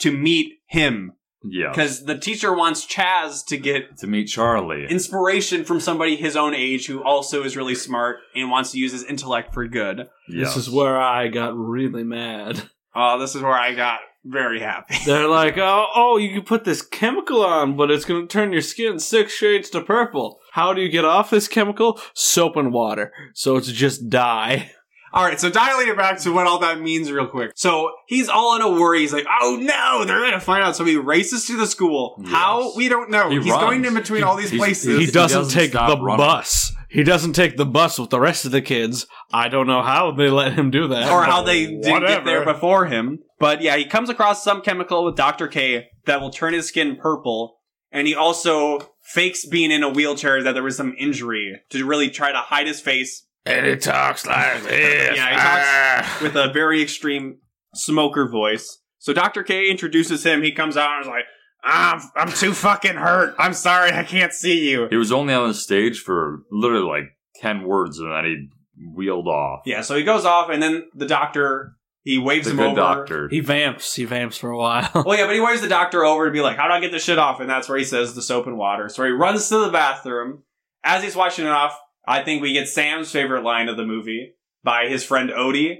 to meet him Yeah. because the teacher wants Chaz to get To meet Charlie. inspiration from somebody his own age who also is really smart and wants to use his intellect for good. yeah. This is where I got really mad. Oh, this is where I got very happy. They're like, oh, oh, you can put this chemical on, but it's going to turn your skin six shades to purple. How do you get off this chemical? Soap and water. So it's just dye. All right, so dialing it back to what all that means, real quick. So he's all in a worry. He's like, "Oh no, they're gonna find out." So he races to the school. Yes. How we don't know. He he's runs. going in between all these He's- places. He He doesn't, doesn't take stop the running. bus. He doesn't take the bus with the rest of the kids. I don't know how they let him do that. or but how they didn't get whatever. there before him. But yeah, he comes across some chemical with Dr. K that will turn his skin purple. And he also fakes being in a wheelchair that there was some injury to really try to hide his face And he talks like this. Yeah, he Ah. talks- with a very extreme smoker voice. So Dr. K introduces him. He comes out and is like, I'm, I'm too fucking hurt. I'm sorry. I can't see you. He was only on the stage for literally like 10 words and then he wheeled off. Yeah, so he goes off, and then the doctor, he waves The him good over. doctor. He vamps. He vamps for a while. Well, yeah, but he waves the doctor over to be like, "How do I get this shit off?" And that's where he says the soap and water. So he runs to the bathroom. As he's washing it off, I think we get Sam's favorite line of the movie by his friend Odie.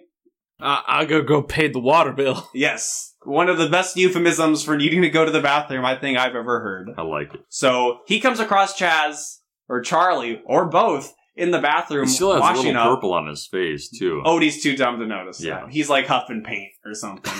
I, I gotta go pay the water bill. Yes, one of the best euphemisms for needing to go to the bathroom I think I've ever heard. I like it. So he comes across Chaz or Charlie or both in the bathroom He still has a washing little up. Oh. purple on his face too. Odie's too dumb to notice. Yeah. Yeah. He's like huffing paint or something.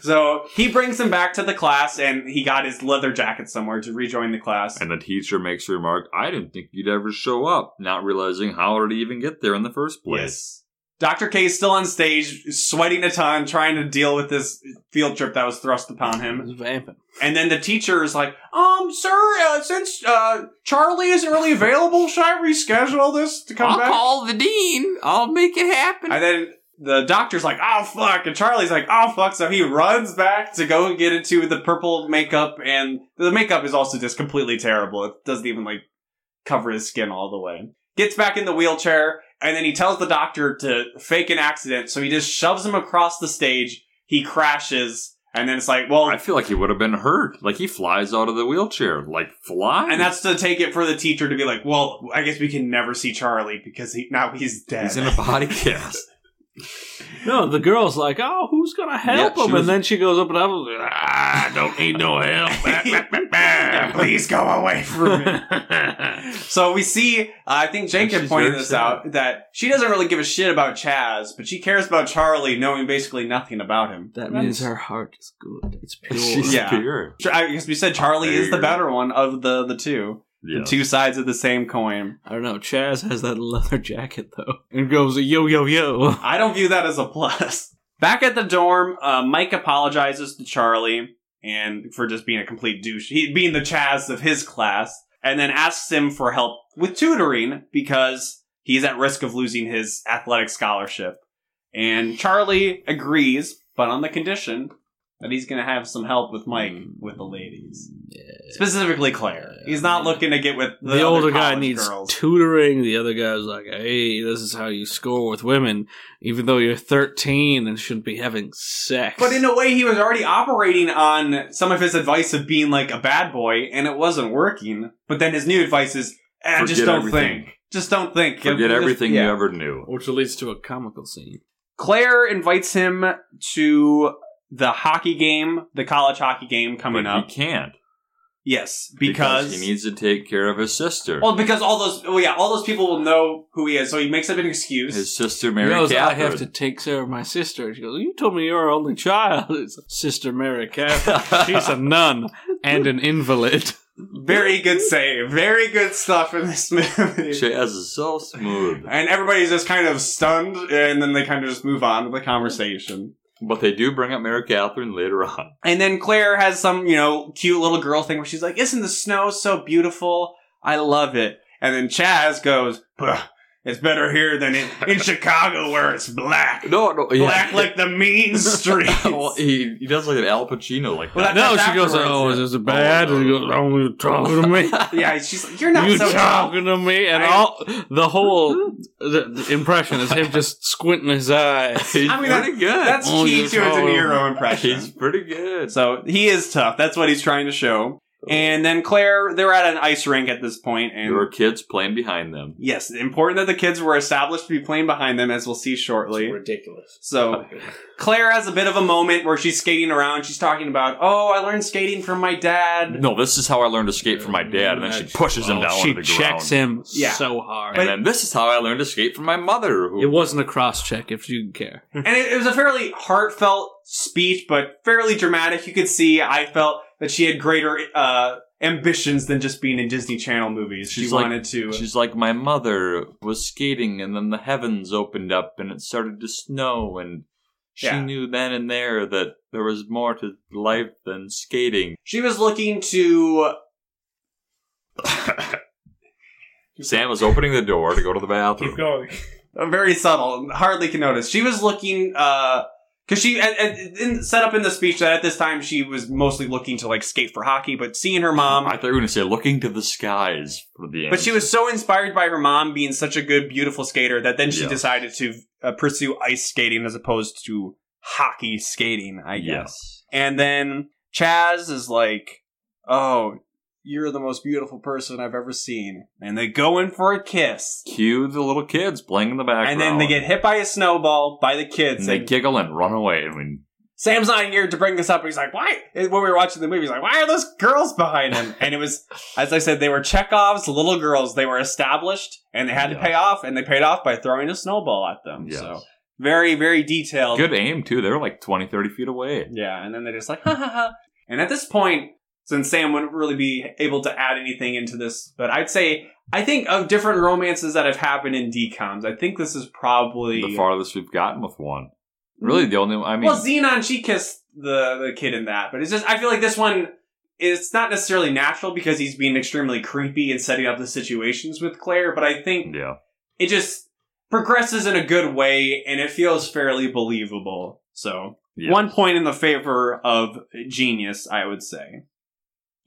so he brings him back to the class and he got his leather jacket somewhere to rejoin the class. And the teacher makes a remark, I didn't think you'd ever show up, not realizing how did he even get there in the first place. Yes. Dr. K is still on stage, sweating a ton, trying to deal with this field trip that was thrust upon him. He's vamping. And then the teacher is like, um, sir, uh, since uh, Charlie isn't really available, should I reschedule this to come back? call the dean. I'll make it happen. And then the doctor's like, oh fuck, and Charlie's like, oh fuck, so he runs back to go and get into the purple makeup, and the makeup is also just completely terrible. It doesn't even like cover his skin all the way. Gets back in the wheelchair, and then he tells the doctor to fake an accident, so he just shoves him across the stage, he crashes, and then it's like, well, I feel like he would have been hurt. Like he flies out of the wheelchair, like flies. and that's to take it for the teacher to be like, well, I guess we can never see Charlie because he now he's dead. he's in a body cast. No, the girl's like, "Oh, who's gonna help Yeah, she him?" was- and then she goes up and up, and like, "Ah, I don't need no help." Please go away from me. So we see, uh, I think Jake And had she's pointed very this sad. out, that she doesn't really give a shit about Chaz, but she cares about Charlie, knowing basically nothing about him. that means her heart is good. It's pure. She's Yeah. pure. Ch- I guess we said Charlie is the Fair. better one of the the two, Yeah. the two sides of the same coin. I don't know. Chaz has that leather jacket though, and goes, "Yo, yo, yo." I don't view that as a plus. Back at the dorm, uh, Mike apologizes to Charlie and for just being a complete douche, he being the Chaz of his class, and then asks him for help with tutoring because he's at risk of losing his athletic scholarship. And Charlie agrees, but on the condition that he's going to have some help with Mike Hmm. Mm. with the ladies, specifically Claire. He's not looking to get with the, The, other older guy college needs girls. tutoring. The other guy's like, hey, this is how you score with women, even though you're 13 and shouldn't be having sex. But in a way, he was already operating on some of his advice of being like a bad boy, and it wasn't working. But then his new advice is, eh, just Forget don't everything. think. Just don't think. Forget Just- everything yeah. you ever knew. Which leads to a comical scene. Claire invites him to the hockey game, the college hockey game coming But up. he can't yes, because, he needs to take care of his sister. well, because all those, well, yeah, all those people will know who he is, so he makes up an excuse. his sister He Mary goes, I Catherine. have to take care of my sister. She goes, You told me you're our only child. It's Sister Mary Catherine. She's a nun and an invalid. very good save, very good stuff in this movie. Jazz is so smooth, And everybody's just kind of stunned, and then they kind of just move on with the conversation. but they do bring up Mary Catherine later on. And then Claire has some, you know, cute little girl thing where she's like, Isn't the snow so beautiful? I love it. And then Chaz goes, "Pugh, It's better here than in, in Chicago where it's black. No, no, yeah. Black like the mean streets. well, he he does like an Al Pacino like Well, that. that's No, she goes, afterwards, Oh, yeah. is this bad? Oh, And he goes, Oh, you talking to me? yeah, she's like, You're not you so talking to me? And I- all the whole the, the impression is him just squinting his eyes. He's I mean, pretty good. That's Oh, key you're to a De so- Niro impression. he's pretty good. So he is tough. That's what he's trying to show. And then Claire, they're at an ice rink at this point, and there were kids playing behind them. yes, important that the kids were established to be playing behind them, as we'll see shortly. ridiculous. Oh, So Claire has a bit of a moment where she's skating around. She's talking about, "Oh, I learned skating from my dad." No, this is how I learned to skate from my dad, and then she pushes him Well, down She onto the checks ground. him Yeah. so hard. And then this is how I learned to skate from my mother. Who it wasn't a cross check, if you care. And it, it was a fairly heartfelt speech, but fairly dramatic. You could see I felt that she had greater uh, ambitions than just being in Disney Channel movies. she She's like- wanted to. She's like, my mother was skating, and then the heavens opened up, and it started to snow, and she Yeah. knew then and there that there was more to life than skating. she was looking to. Sam was opening the door to go to the bathroom. going. uh, Very subtle, hardly can notice. She was looking, uh, because she and, and, in, set up in the speech that at this time she was mostly looking to like skate for hockey, but seeing her mom, I thought you were going to say looking to the skies for the. Um, but she was so inspired by her mom being such a good, beautiful skater that then she Yeah. decided to uh, pursue ice skating as opposed to hockey skating, I guess. yes. And then Chaz is like, "Oh, you're the most beautiful person I've ever seen," and they go in for a kiss. Cue the little kids playing in the And background, then they get hit by a snowball by the kids. and they and- giggle and run away. I mean, Sam's not here to bring this up. He's like, why? When we were watching the movie, he's like, why are those girls behind him? And it was, as I said, they were Chekhov's little girls. They were established and they had to Yeah. pay off, and they paid off by throwing a snowball at them. yes. So very, very detailed. good aim too. They were like 20, 30 feet away. Yeah, and then they're just like, ha ha ha. And at this point, since Sam wouldn't really be able to add anything into this, but I'd say, I think of different romances that have happened in DCOMs, I think this is probably. The farthest we've gotten with one. Really, the only I mean, uh, Mm. well, Xenon, she kissed the, the kid in that, but it's just, I feel like this one, it's not necessarily natural because he's being extremely creepy and setting up the situations with Claire, but I think yeah. it just progresses in a good way and it feels fairly believable. So, yeah. one point in the favor of genius, I would say.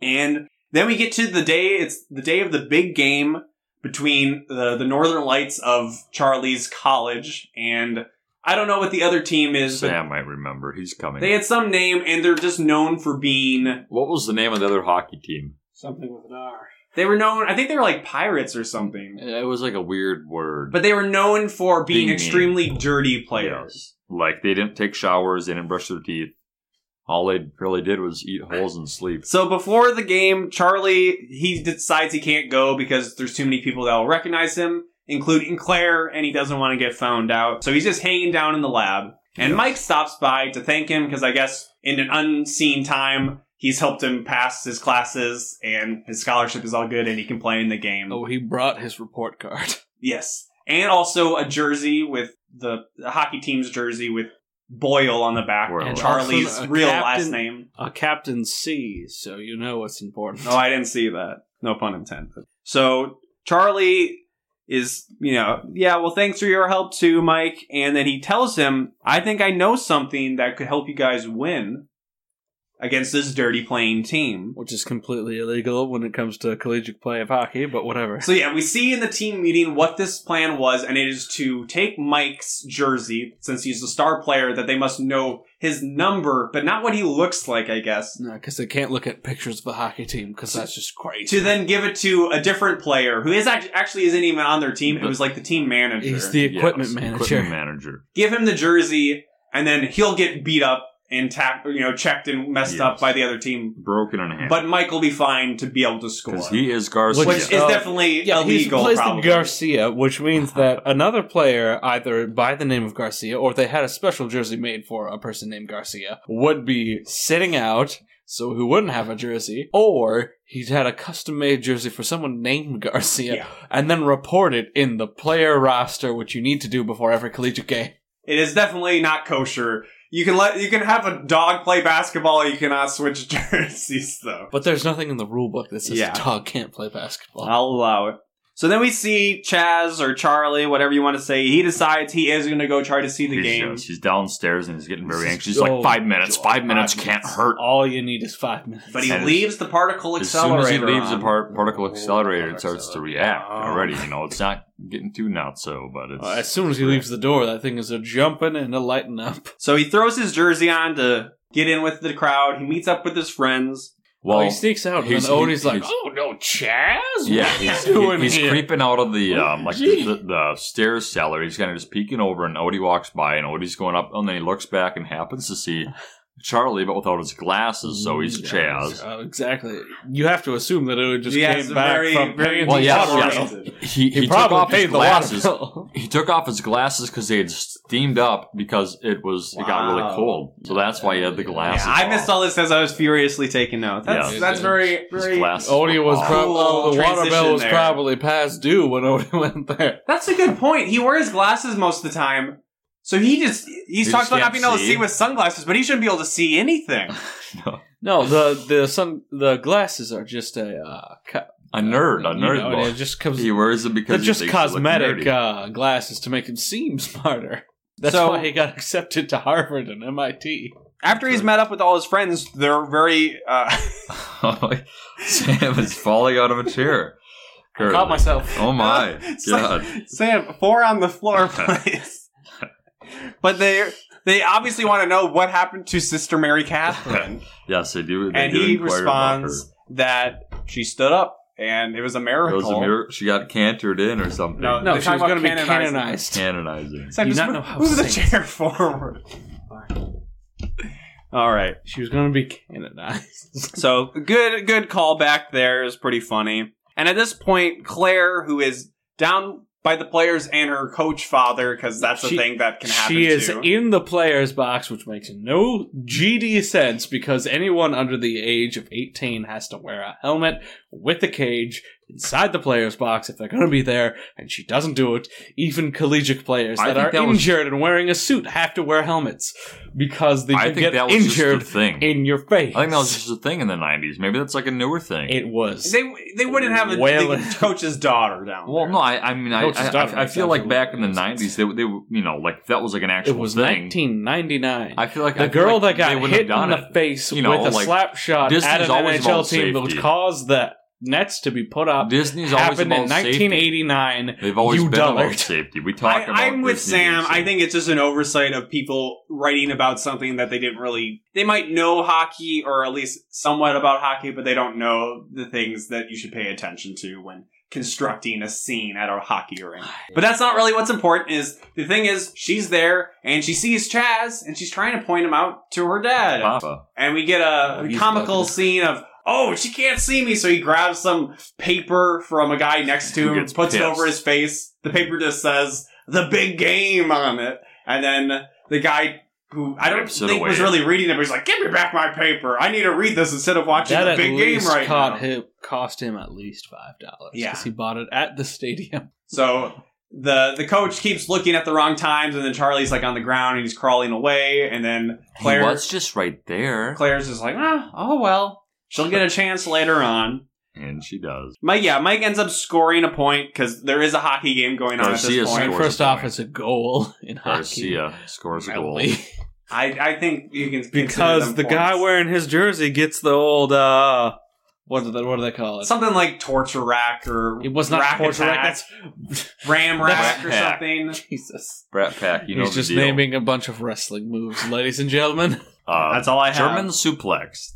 And then we get to the day, it's the day of the big game between the, the Northern Lights of Charlie's college and I don't know what the other team is, Sam might remember. He's but coming. they had some name and they're just known for being, what was the name of the other hockey team? Something with an R. they were known, I think they were like pirates or something, It was like a weird word. but they were known for being Being- extremely dirty players. like they didn't take showers, they didn't brush their teeth. All they really did was eat holes and sleep. So before the game, Charlie he decides he can't go because there's too many people that will recognize him, including Claire, and he doesn't want to get found out. So he's just hanging down in the lab. And Mike stops by to thank him because I guess in an unseen time he's helped him pass his classes and his scholarship is all good and he can play in the game. Oh, he brought his report card. Yes, and also a jersey with the the hockey team's jersey with Boyle on the back Boyle. and Charlie's Also a real last captain- name. A captain C, so you know what's important. No, I didn't see that. No pun intended. So Charlie is, you know, yeah, well, thanks for your help too, Mike. And then he tells him, I think I know something that could help you guys win against this dirty playing team. Which is completely illegal when it comes to collegiate play of hockey, but whatever. So yeah, we see in the team meeting what this plan was, and it is to take Mike's jersey, since he's the star player, that they must know his number, but not what he looks like, I guess. No, because they can't look at pictures of the hockey team because that's just crazy. To then give it to a different player who is act- actually isn't even on their team. It was like the team manager. He's the Yeah, equipment it's the manager. Equipment manager. give him the jersey, and then he'll get beat up and tack, you know, checked and messed up Yes. by the other team. Broken in half. But Mike will be fine to be able to score, Because which he is Garcia. Which is Yeah. definitely Yeah, he's illegal. replaced probably. Garcia, which means that another player, either by the name of Garcia or they had a special jersey made for a person named Garcia, would be sitting out, so he wouldn't have a jersey, or he'd had a custom made jersey for someone named Garcia, Yeah. and then report it in the player roster, which you need to do before every collegiate game. It is definitely not kosher. You can let you can have a dog play basketball. You cannot switch jerseys though. But there's nothing in the rule book that says Yeah. a dog can't play basketball. I'll allow it. So then we see Chaz or Charlie, whatever you want to say. He decides he is going to go try to see the he's, game. yes, he's downstairs and he's getting very This is anxious. He's like, so- five minutes, five minutes Five can't minutes. hurt. All you need is five minutes. But he And leaves the particle As soon accelerator. as he leaves on. the part- particle accelerator, it starts to react Oh. already. You know, it's not getting too nuts, so, but it's. Uh, as soon as he leaves the door, that thing is a jumping and a lighting up. So he throws his jersey on to get in with the crowd. He meets up with his friends. well, oh, he sneaks out, and he's- then Odie's he- like, he's- "Oh no, Chaz! Yeah, what are you he's, he- doing he's here?" creeping out of the um, like Gee. the, the, the stairs cellar. He's kind of just peeking over, and Odie walks by, and Odie's going up, and then he looks back and happens to see Charlie, but without his glasses, so he's Yeah, Chaz. uh, exactly. You have to assume that Odie just Yes, came back very- from very paying Well, the yes, water yes. bill. He, He, he, took off probably his paid the water glasses. bill. He took off his glasses because they had steamed up because it was it got Wow. really cold, so that's why he had the glasses. Yeah, I missed off. all this as I was furiously taking notes. That's Yeah. that's very His very. glasses Odie were was off. probably Cool the water transition bill was there. probably past due when Odie went there. That's a good point. He wears glasses most of the time, so he just he's He talked just about not can't being able to see. see with sunglasses, but he shouldn't be able to see anything. No, the the sun the glasses are just a uh, co- a nerd, a you nerd know, boy. It just comes He wears them They're because he just thinks they look cosmetic nerdy. uh, glasses to make him seem smarter. That's So- why he got accepted to Harvard and MIT. After he's met up with all his friends, they're very. Uh, Sam is falling out of a chair. I caught myself. Oh my god! Sam, Sam, four on the floor, please. but they they obviously want to know what happened to Sister Mary Catherine. Yes, they do. They and do he inquire about responds that she stood up and it was a her. It miracle. was a mirror- She got cantered in or something. No, No, They're she talking was going to be about canonized. Canonizing. Sam, Do you just not mo- know how move the saints- chair forward. All right. She was going to be canonized. So good, good callback there is pretty funny. And at this point, Claire, who is down by the players and her coach father, because that's a She- thing that can happen. she is too. in the player's box, which makes no GD sense because anyone under the age of 18 has to wear a helmet with a cage inside the player's box if they're going to be there, and she doesn't do it. Even collegiate players I that think are that was- injured and wearing a suit have to wear helmets because they I can think get that was injured just a thing. in your face. I think that was just a thing in the '90s. Maybe that's like a newer thing. it was. They they wouldn't have a Well- the coach's daughter down there. well, no, I, I mean, I, Coach's I, daughter I, I feel like exactly back in the what it '90s, they, they, you know, like that was like an actual it was thing. 1999. I feel like I the feel girl like that they got wouldn't hit have done in the it. face You know, with a like, slap shot at Disney's an always NHL about team that would safety. cause the nets to be put up Disney's always happened in about safety. 1989. They've always You been dullard. about safety. We talk about. I, I'm with Disney being Sam. I safe. think it's just an oversight of people writing about something that they didn't really. They might know hockey, or at least somewhat about hockey, but they don't know the things that you should pay attention to when constructing a scene at a hockey rink. But that's not really what's important. Is the thing is she's there and she sees Chaz and she's trying to point him out to her dad, Papa. and we get a Oh, he's comical bugging. scene of. Oh, she can't see me, so he grabs some paper from a guy next to Who him, gets puts it pissed. over his face. The paper just says "the big game" on it, and then the guy who I don't Rips it think was away. really reading it, but he's like, "Give me back my paper! I need to read this instead of watching That the at big game least right caught now." him, cost him at least five dollars. Yeah. he bought it at the stadium. So the the coach keeps looking at the wrong times, and then Charlie's like on the ground and he's crawling away, and then Claire He was just right there. Claire's just like, ah, oh well, she'll get a chance later on. And she does. Mike, yeah, Mike ends up scoring a point because there is a hockey game going on at Garcia this I point. mean, scores first a off, point. it's a goal in hockey. Garcia scores a uh, goal. Probably. I, I think you can consider because them the guy points. wearing his jersey gets the old uh what do they what do they call it? something like torture rack or it was not rack torture attack, rack. That's ram rack that's- or Rack. something. Jesus. Brat Pack, you know the He's just deal. naming a bunch of wrestling moves, ladies and gentlemen. Uh, That's all I have. German suplexed.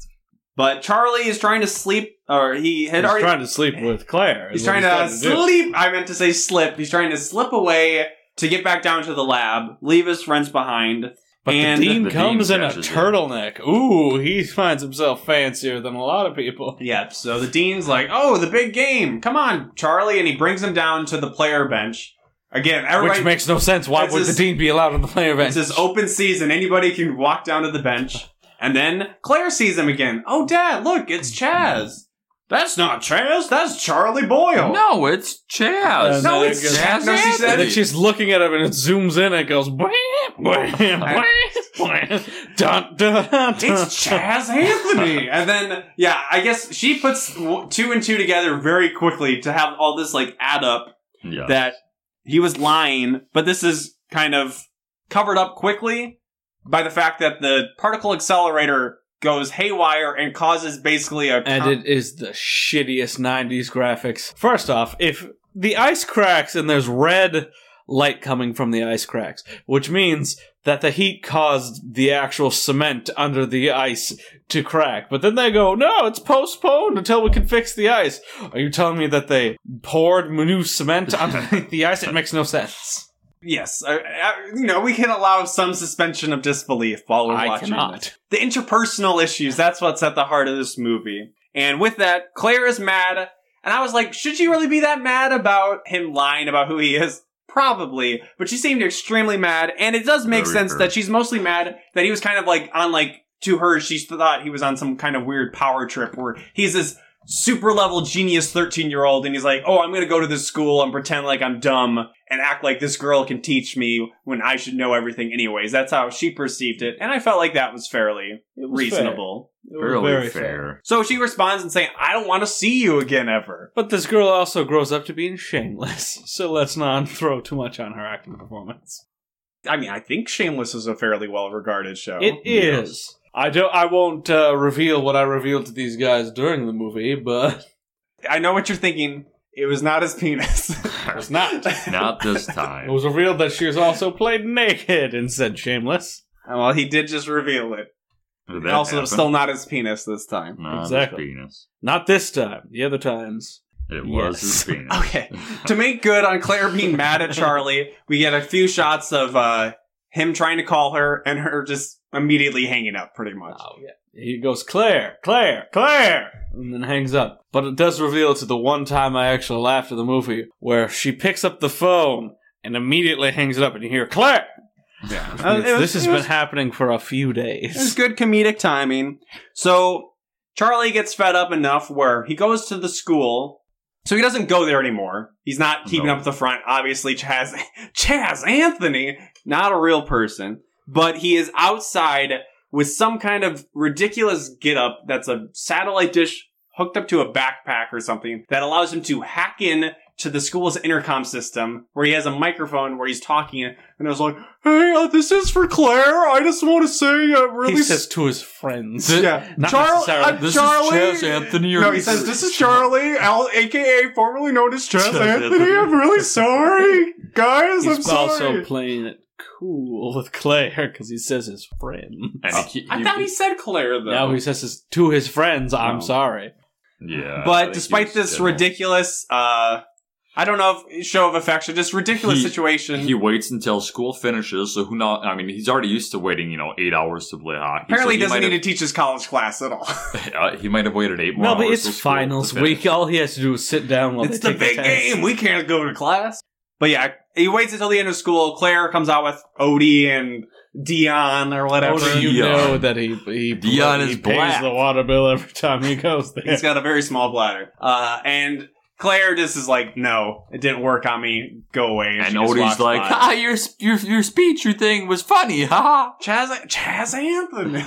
But Charlie is trying to sleep, or he had He's already. trying to sleep with Claire. is he's what trying to uh, do. sleep. I meant to say slip. He's trying to slip away to get back down to the lab, leave his friends behind. But And the dean the dean comes in a catches him. turtleneck. Ooh, he finds himself fancier than a lot of people. Yep. So the dean's like, "Oh, the big game! Come on, Charlie!" And he brings him down to the player bench. Again, everybody. Which makes no sense. Why It's would the his- dean be allowed on the player bench? It's this open season. Anybody can walk down to the bench. And then Claire sees him again. Oh, Dad, look, it's Chaz. That's not Chaz. That's Charlie Boyle. No, it's Chaz. Uh, no, it it's goes- Chaz Anthony. and then she's looking at him, and it zooms in, and it goes, bam, bam, bam, bam, dun, dun, dun, It's Chaz Anthony. And then, yeah, I guess she puts w- two and two together very quickly to have all this, like, add up Yeah. that he was lying, but this is kind of covered up quickly by the fact that the particle accelerator goes haywire and causes basically a. and it is the shittiest 90s graphics. First off, if the ice cracks and there's red light coming from the ice cracks, which means that the heat caused the actual cement under the ice to crack. But then they go, no, it's postponed until we can fix the ice. Are you telling me that they poured new cement underneath the ice? It makes no sense. Yes, I, I, you know we can allow some suspension of disbelief while we're I watching. cannot. The interpersonal issues—that's what's at the heart of this movie. And with that, Claire is mad, and I was like, should she really be that mad about him lying about who he is? Probably, but she seemed extremely mad, and it does make Very sense fair. that she's mostly mad that he was kind of like on like to her. She thought he was on some kind of weird power trip where he's this super level genius 13 year old and he's like oh i'm gonna go to this school and pretend like i'm dumb and act like this girl can teach me when i should know everything anyways that's how she perceived it and i felt like that was fairly It was reasonable fair. It was Fairly very fair. so she responds and saying i don't want to see you again ever But this girl also grows up to being shameless, so let's not throw too much on her acting performance. i mean i think shameless is a fairly well regarded show It is. I don't. I won't uh, reveal what I revealed to these guys during the movie, but i know what you're thinking it was not his penis it's not. Not this time. It was revealed that she was also played naked and said shameless. well he did just reveal it Did that also happen? still not his penis this time Not his Exactly. penis. Not this time. The other times. It was Yes. his penis. okay to make good on Claire being mad at Charlie, we get a few shots of uh, him trying to call her and her just immediately hanging up, pretty much. yeah. He goes Claire, Claire, Claire, and then hangs up. But it does reveal to the one time I actually laughed at the movie where she picks up the phone and immediately hangs it up, and you hear Claire. yeah. Uh, it was- this has it was- been happening for a few It was days. good comedic timing. So Charlie gets fed up enough where he goes to the school. So he doesn't go there anymore. He's not keeping No. up with the front. Obviously, Chaz Chaz Anthony, not a real person, but he is outside with some kind of ridiculous getup that's a satellite dish hooked up to a backpack or something that allows him to hack in to the school's intercom system where he has a microphone where he's talking and I was like, "Hey, uh, this is for Claire. I just want to say, uh, really, He says to his friends. yeah, Not Charl- necessarily. uh, This Charlie. is Chaz Anthony. or- no, he says, "This is Charlie, Al- aka formerly known as Chaz Anthony. I'm really sorry, guys. I'm He's sorry." also playing it cool with Claire because he says his friend. And he, he, I thought he said Claire though. Now he says his, to his friends, "I'm No. sorry." Yeah. I think but he despite was this general. ridiculous, uh, I don't know, if show of affection, just ridiculous He- situation. He waits until school finishes, so who knows? I mean, he's already used to waiting, you know, eight hours to play hockey. Apparently, so he doesn't might need to teach his college class at all. have, uh, he might have waited eight more no, but hours it's till school to finals finish. week. All he has to do is sit down while it's they the big take test. game. We can't go to class. But yeah, he waits until the end of school. Claire comes out with Odie and Dion or whatever. How do Oh, you Dion. know that he he, Dion he is pays black. the water bill every time he goes there? He's got a very small bladder. Uh, and Claire just is like, no, it didn't work on me. Go away. And she just walks Odie's like, by. "Ah, your, sp- your your speech, your thing was funny, haha." Chaz, Chaz Anthony.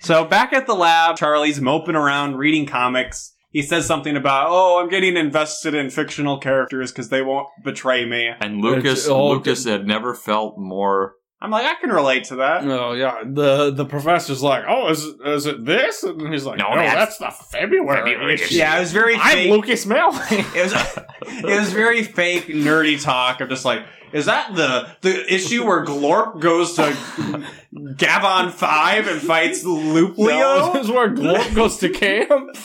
so back at the lab, Charlie's moping around reading comics. he says something about, "Oh, I'm getting invested in fictional characters because they won't betray me." And It's Lucas all Lucas had never felt more I'm like, I can relate to that. Oh yeah, the the professor's like, oh, is is it this? And he's like, No, no, that's- that's, the February. February issue. Yeah, it was very. I'm fake. Lucas Mallory. It was, it was very fake, nerdy talk of just like, is that the the issue where Glorp goes to Gavon Five and fights Loop No, Leo? this is where Glorp goes to camp.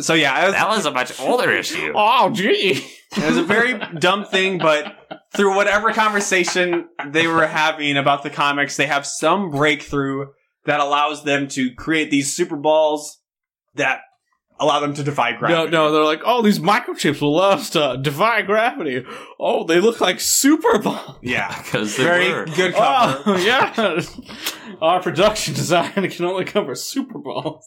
So yeah, it was, was a much older issue. Oh, gee. It was a very dumb thing, but through whatever conversation they were having about the comics, they have some breakthrough that allows them to create these super balls that allow them to defy No, gravity. no, they're like, oh, these microchips will allow us to defy gravity. Oh, they look like super bombs. Yeah. Because they Very were. good cover. Oh, yeah. Our production design can only cover super balls.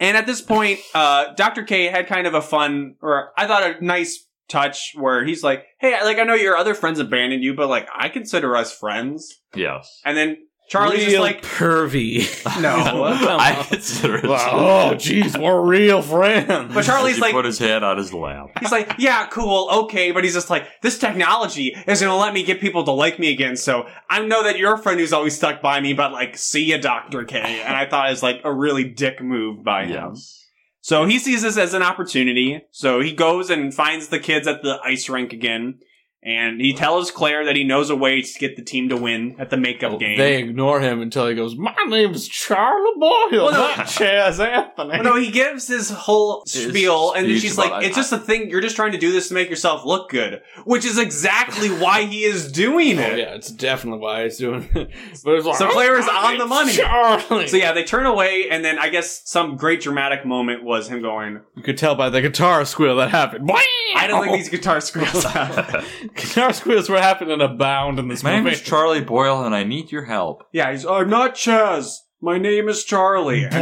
And at this point, uh, Dr. K had kind of a fun, or I thought a nice touch where he's like, hey, like, I know your other friends abandoned you, but like, I consider us friends. Yes. And then Charlie's just Real like, pervy. no. I consider it. oh, jeez, we're real friends. But Charlie's he like, put his head on his lap. He's like, yeah, cool, okay, but he's just like, this technology is gonna let me get people to like me again, so I know that you're a friend who's always stuck by me, but like, see ya, Dr. K. And I thought it was like a really dick move by him. Yes. So he sees this as an opportunity, so he goes and finds the kids at the ice rink again, and he tells Claire that he knows a way to get the team to win at the makeup game. They ignore him until he goes, My name's Charlie Boyle, Well, no. not Chaz Anthony. Oh, Well, no, he gives his whole His spiel, and then speech she's about like, it. "It's just a thing. You're just trying to do this to make yourself look good," which is exactly why he is doing Oh, it. yeah, it's definitely why he's doing it. But it's like, So Claire is on the money. Charlie. So yeah, they turn away, and then I guess some great dramatic moment was him going, You could tell by the guitar squeal that happened. "I don't think these guitar squeals happen." guitar squeals were happening in a bound in this My name movie. is Charlie Boyle, and I need your help. yeah, he's, "I'm not Chaz. My name is Charlie." And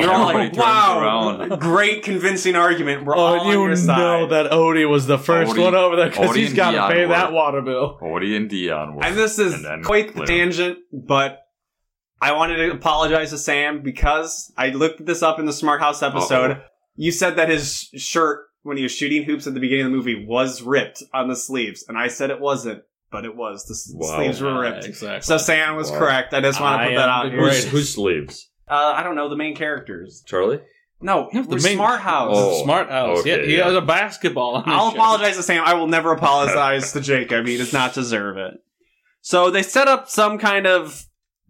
You're all Everybody like, turns "Wow, around. great convincing argument." We're all Oh, and on your you know side. that Odie was the first Odie- one over there because Odie he's and got to Dion pay were- that water bill. Odie and Dion were. And this is And then quite the Claire. tangent, but I wanted to apologize to Sam because I looked this up in the Smart House episode. You said that his shirt when he was shooting hoops at the beginning of the movie was ripped on the sleeves, and I said it wasn't, but it was. The s- Wow. sleeves were ripped. Exactly. So Sam was Wow. correct. I just want to I put am that out the here. great- who sleeps? Uh, I don't know the main characters. Charlie? No, No, the we're main- Smart House. Oh, Smart house. okay, yeah, he yeah. has a basketball. On his I'll shirt. apologize to Sam. I will never apologize to Jacob. He does not deserve it. So they set up some kind of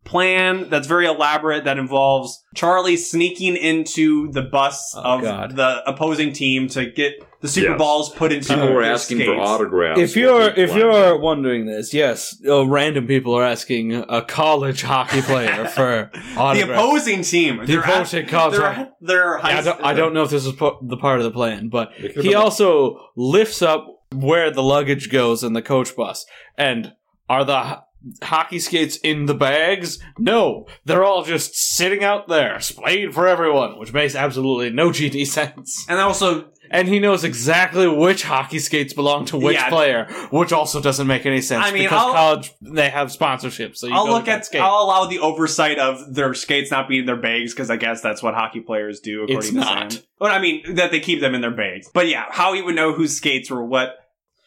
plan that's very elaborate that involves Charlie sneaking into the bus Oh, of God. the opposing team to get the super Yes. balls put into People were their asking for skates. autographs. if you're if you're wondering this, yes, uh, random people are asking a college hockey player for The autographs. opposing team. The They're at- opposing college. hockey- They're, they're I don't, I don't know if this is pa- the part of the plan, but he also also lifts up where the luggage goes in the coach bus. And are the ho- hockey skates in the bags? No, they're all just sitting out there, splayed for everyone, which makes absolutely no GD sense. And also, And he knows exactly which hockey skates belong to which Yeah. player, which also doesn't make any sense I mean, because I'll- college they have sponsorships. So you I'll go look to that at. skate. I'll allow the oversight of their skates not being in their bags because I guess that's what hockey players do. According It's to not. Sam. But I mean that they keep them in their bags. But yeah, how he would know whose skates were what?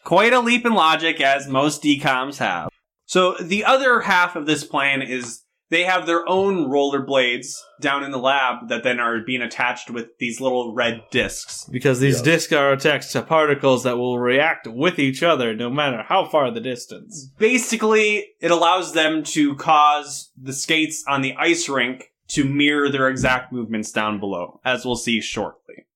Quite a leap in logic, as most decoms have. So the other half of this plan is they have their own rollerblades down in the lab that then are being attached with these little red discs. because these Yeah. discs are attached to particles that will react with each other no matter how far the distance. basically it allows them to cause the skates on the ice rink to mirror their exact movements down below as we'll see shortly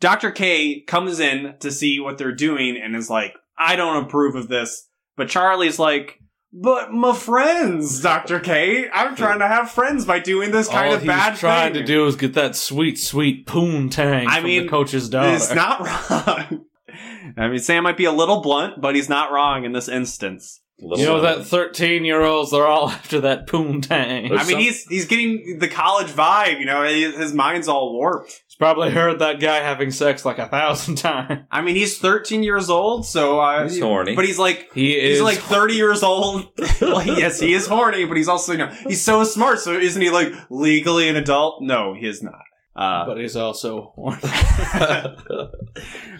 dr k comes in to see what they're doing and is like i don't approve of this but charlie's like but my friends dr k i'm trying to have friends by doing this kind All of he's bad trying thing to do is get that sweet, sweet poontang I from mean, the coach's daughter. it's not wrong i mean sam might be a little blunt but he's not wrong in this instance you know that thirteen-year-ololds are all after that poontang. There's I mean, some- he's he's getting the college vibe. You know, He- his mind's all warped. He's probably heard that guy having sex like a thousand times. I mean, he's 13 years old, so uh, He's horny. but he's like. He He's is like 30 years old. Like, yes, he is horny, but he's also, you know, he's so smart. So isn't he like legally an adult? No, he is not. Uh, but he's also horny.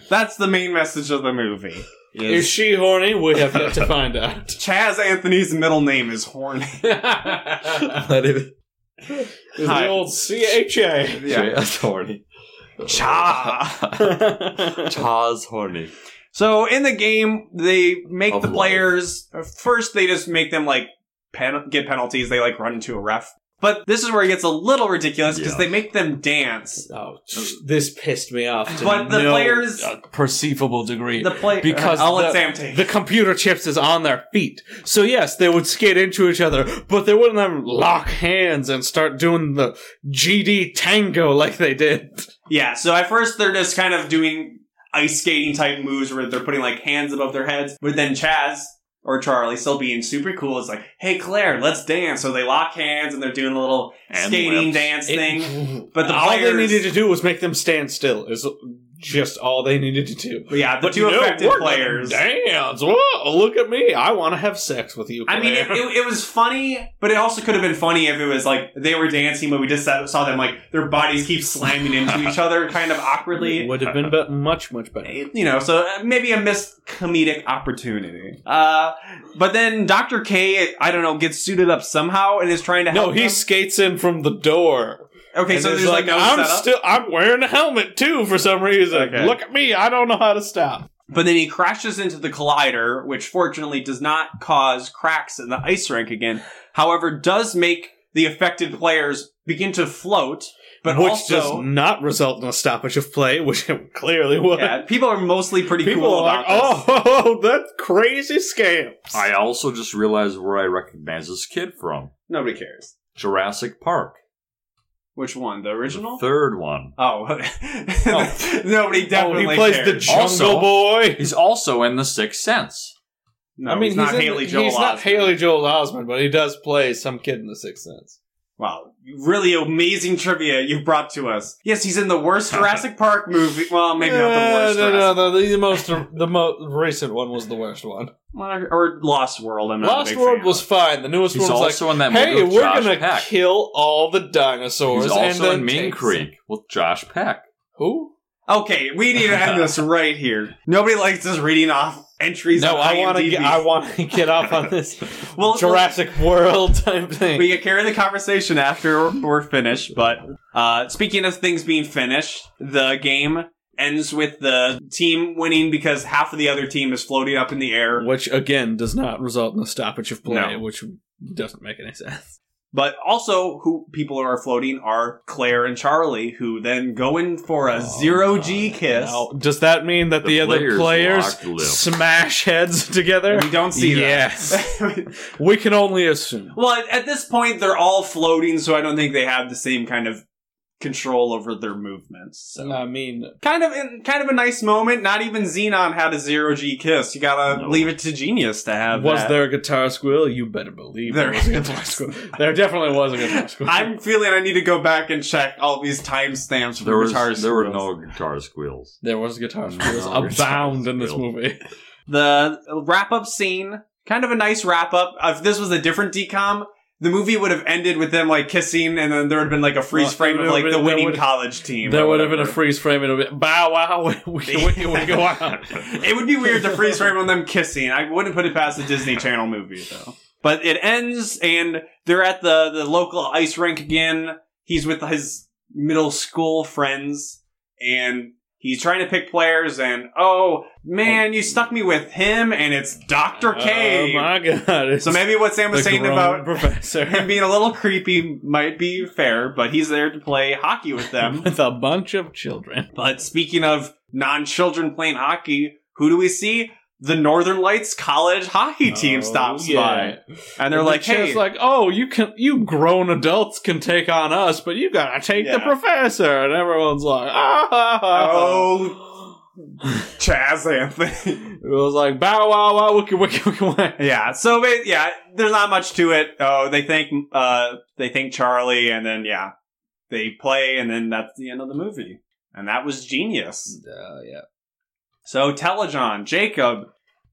that's the main message of the movie. Is Is she horny? We have yet to find out. Chaz Anthony's middle name is Horny. it's That is the old CHA. Yeah. that's horny. Cha. Chaz horny. So in the game, they make Of the life. players first. They just make them like pen- get penalties. They like run into a ref. But this is where it gets a little ridiculous because Yeah. they make them dance. Oh, this pissed me off. To But the no players- uh, perceivable degree. The play Because I'll let the- Sam take. the computer chips is on their feet. So yes, they would skate into each other, but they wouldn't have lock hands and start doing the GD tango like they did. yeah. So at first they're just kind of doing ice skating type moves where they're putting like hands above their heads. But then Chaz or Charlie, still being super cool, is like, "Hey Claire, let's dance." So they lock hands and they're doing a little And skating whips. dance thing. but But the all players, they needed to do was make them stand still. Is just all they needed to do. yeah, the But two you know, affected we're gonna players. Dance! Whoa! Look at me! I want to have sex with you. I mean, it, Claire. it, it was funny, but it also could have been funny if it was like they were dancing, but we just saw saw them like their bodies keep slamming into each other, kind of awkwardly. would have been be- much much better. You know, so uh, maybe a missed comedic opportunity. Uh, but then Dr. K, I don't know, gets suited up somehow and is trying to No, help he them. skates in from the door. okay. And so it's there's like, no I'm setup. still I'm wearing a helmet too for some reason. Okay. Look at me, I don't know how to stop. But then he crashes into the collider, which fortunately does not cause cracks in the ice rink again. However, does make the affected players begin to float, but which also does not result in a stoppage of play, which it clearly would. yeah, people are mostly pretty People cool are like, about this. oh, that crazy Oh, scam. I also just realized where I recognize this kid from Nobody cares. Jurassic Park. Which one? The original? The third one. oh. Nobody definitely oh, he plays the cares. Jungle Also- Boy. He's also in The Sixth Sense. no, he's not in- Haley Joel He's not Osment. Haley Joel Osment, but he does play some kid in The Sixth Sense. Wow, really amazing trivia you've brought to us. Yes, he's in the worst Jurassic Park movie. Well, maybe not the Uh, worst. No, Jurassic- no, no. The most the most recent one was the worst one. Well, Or Lost World. I'm not a Last big World fan. was fine. The newest He's one was like also in that movie Hey, with we're Josh gonna Peck. kill all the dinosaurs. He's and also then in Mean take- Creek with Josh Peck. Who? Okay, we need to end this right here. Nobody likes us reading off entries. no, on I want to IMDb. get. I want to get off on this Well, Jurassic World type thing. we can carry the conversation after we're finished. But uh, speaking of things being finished, the game ends with the team winning because half of the other team is floating up in the air. which again does not result in a stoppage of play, No. which doesn't make any sense. But also, who people who are floating are Claire and Charlie, who then go in for a zero G kiss. Now, does that mean that the, The other players players locked lip. smash heads together? We don't see Yes. that. We can only assume. Well, at- at this point, they're all floating, so I don't think they have the same kind of control over their movements. So I mean, kind of, in, kind of a nice moment. Not even Xenon had a zero G kiss. You gotta No. leave it to genius to have. was that. there a guitar squeal? You better believe there, There was a guitar squeal. There definitely was a guitar squeal. I'm feeling I need to go back and check all these timestamps for There was guitar there were squeals. no guitar squeals. There was guitar No, squeals guitar abound in this squeal. movie. the wrap up scene. Kind of a nice wrap up. If this was a different decom. The movie would have ended with them like kissing, and then there would have been like a freeze Well, frame there of like would've- the there winning would've- college team. There or would have been a whatever. freeze frame and a bit, bow wow, we, we, we go out. Uh, It would be weird to freeze frame on them kissing. I wouldn't put it past the Disney Channel movie though. But it ends and they're at the the local ice rink again. He's with his middle school friends and he's trying to pick players and oh man, you stuck me with him and it's Dr. K. Oh my god. It's so maybe what Sam was the saying grown about him Professor being a little creepy might be fair, but he's there to play hockey with them. with a bunch of children. But speaking of non children playing hockey, who do we see? The Northern Lights college hockey Oh, team stops by. by. Oh, And they're like, hey, it's like, oh, you can, you grown adults can take on us, but you gotta take the Yeah. professor. And everyone's like, ah, ha, ha, ha. oh, Chaz Anthony. It was like, bow wow wow, wiki wiki wiki. Uh, wiki. yeah. So, ba- yeah, there's not much to it. Oh, they thank, uh, they thank Charlie, and then, yeah, they play, and then that's the end of the movie. And that was genius. Uh, yeah. So, Telejon, Jacob,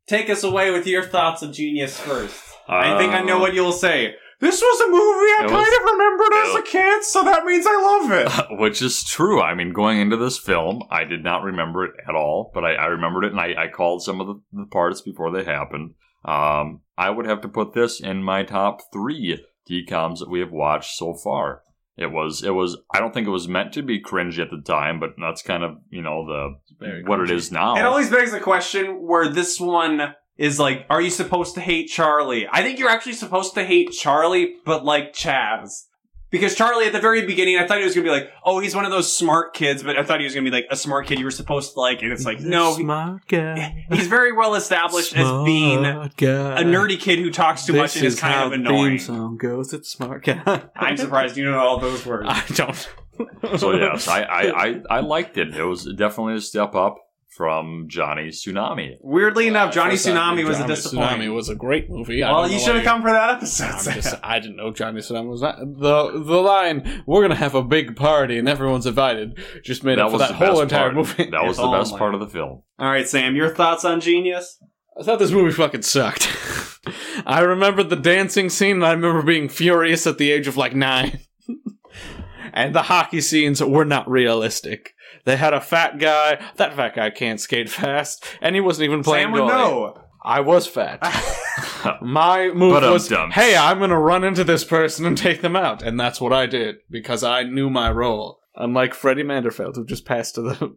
take us away with your thoughts of genius first. I think I know Uh, what you'll say. this was a movie I It kind was- of remembered as it a kid, so that means I love it. Which is true. I mean, going into this film, I did not remember it at all, but I, I remembered it and I, I called some of the, the parts before they happened. Um, I would have to put this in my top three DCOMs that we have watched so far. It was, it was, I don't think it was meant to be cringy at the time, but that's kind of, you know, the, what it is now. It always begs the question where this one is like, are you supposed to hate Charlie? I think you're actually supposed to hate Charlie, but like Chaz. Because Charlie, at the very beginning, I thought he was gonna be like, "Oh, he's one of those smart kids," but I thought he was gonna be like a smart kid you were supposed to like, and it's like, no, he- smart guy. he's very well established as being a guy. nerdy kid who talks too much and is kind of annoying. song goes. It's smart guy. I'm surprised you know all those words. I don't. so yes, I, I, I, I liked it. It was definitely a step up from Johnny's Tsunami. Weirdly enough, Johnny First time Tsunami was a Johnny Tsunami disappointment. was a great movie. I Well, don't you know should why have come for that episode. I'm Sam. just, I didn't know Johnny Tsunami was not the the line. We're gonna have a big party and everyone's invited. Just made up for that the best whole entire part. movie. That was Oh the best my part of the film. all right, Sam, your thoughts on Genius? I thought this movie fucking sucked. I remember the dancing scene, and I remember being furious at the age of like nine. and the hockey scenes were not realistic. They had a fat guy. That fat guy can't skate fast, and he wasn't even playing Sam would goalie. know. I was fat. My move But I'm was, dumb. hey, I'm going to run into this person and take them out. And that's what I did because I knew my role. Unlike Freddie Manderfeld, who just passed to the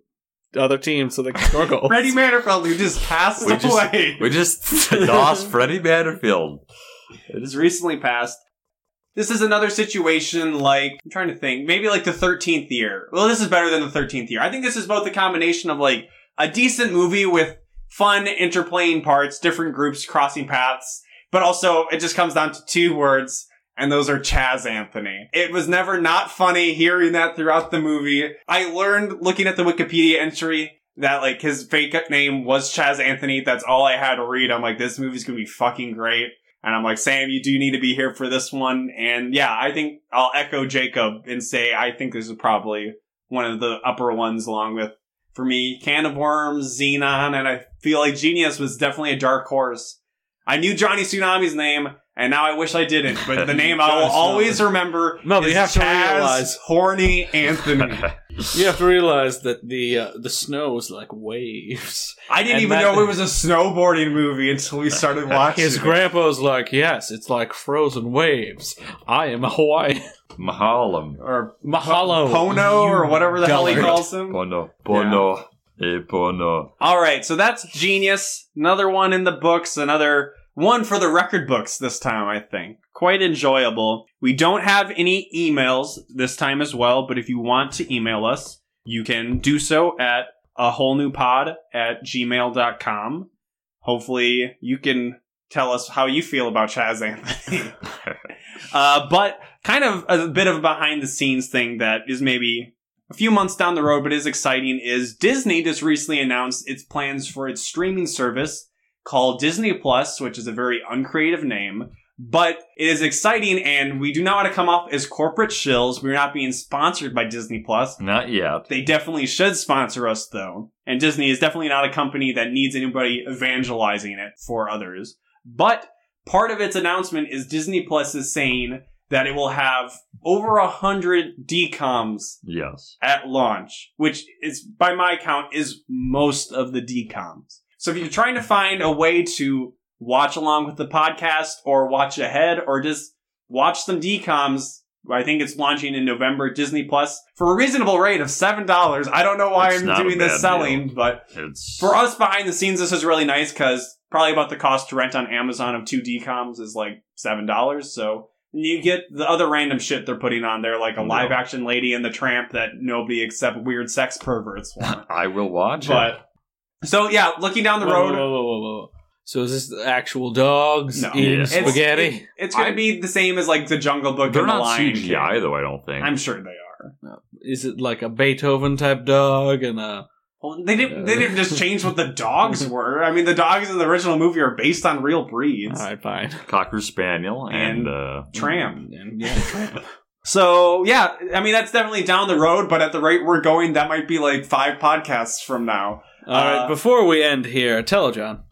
other team so they could score goals. Freddie Manderfeld, who just passed We just- away. We just lost Freddie Bannerfield. It is recently passed. This is another situation like I'm trying to think, maybe like the 13th year. Well, this is better than the 13th year. I think this is both a combination of like a decent movie with fun interplaying parts, different groups crossing paths, but also it just comes down to two words and those are Chaz Anthony. It was never not funny hearing that throughout the movie. I learned looking at the Wikipedia entry that like his fake name was Chaz Anthony. That's all I had to read. I'm like, this movie's going to be fucking great. And I'm like, Sam, you do need to be here for this one. And yeah, I think I'll echo Jacob and say I think this is probably one of the upper ones, along with for me, Can of Worms, Xenon, and I feel like Genius was definitely a dark horse. I knew Johnny Tsunami's name, and now I wish I didn't. But the name I will Johnny Tsunami. always remember. No, but you is have to Chaz realize- horny Anthony. You have to realize that the uh, the snow is like waves. I didn't And even that- know it was a snowboarding movie until we started watching. His it. grandpa's like, yes, it's like frozen waves. I am a Hawaiian. Mahalam. or Mahalo. Pono or you whatever the hell he dullard. calls him. Bono. Bono. Eh, Bono. All right, so that's genius. Another one in the books, another one for the record books this time, I think. Quite enjoyable. We don't have any emails this time as well, but if you want to email us, you can do so at a whole new pod at gmail.com. Hopefully, you can tell us how you feel about Chaz Anthony. uh, but kind of a bit of a behind the scenes thing that is maybe a few months down the road, but is exciting, is Disney just recently announced its plans for its streaming service called Disney Plus, which is a very uncreative name. But it is exciting, and we do not want to come off as corporate shills. We're not being sponsored by Disney Plus. Not yet. They definitely should sponsor us, though. And Disney is definitely not a company that needs anybody evangelizing it for others. But part of its announcement is Disney Plus is saying that it will have over a hundred DComs Yes. at launch, which is by my count is most of the decoms. So if you're trying to find a way to watch along with the podcast or watch ahead or just watch some decoms, I think it's launching in November Disney Plus for a reasonable rate of seven dollars. I don't know why It's not I'm a doing this bad selling, deal. but It's for us behind the scenes, this is really nice because probably about the cost to rent on Amazon of two DComs is like seven dollars. So you get the other random shit they're putting on there, like a Yeah. live action lady and the tramp that nobody except weird sex perverts want. I will watch it. but so yeah, looking down the Whoa, road, whoa, whoa, whoa, whoa. So is this the actual dogs No. eating Yeah. It's- spaghetti? it- it's going I- to be the same as like the Jungle Book They're and the not Lion King. CGI, though, I don't think. I'm sure they are. is it like a Beethoven type dog and uh, a Well, they didn't. They Yeah. didn't just change what the dogs were. I mean, the dogs in the original movie are based on real breeds. all right fine Cocker Spaniel And- and, uh, Tramp. And, yeah. So yeah, I mean that's definitely down the road, but at the rate we're going, that might be like five podcasts from now. all Uh, right, before we end here, tell John.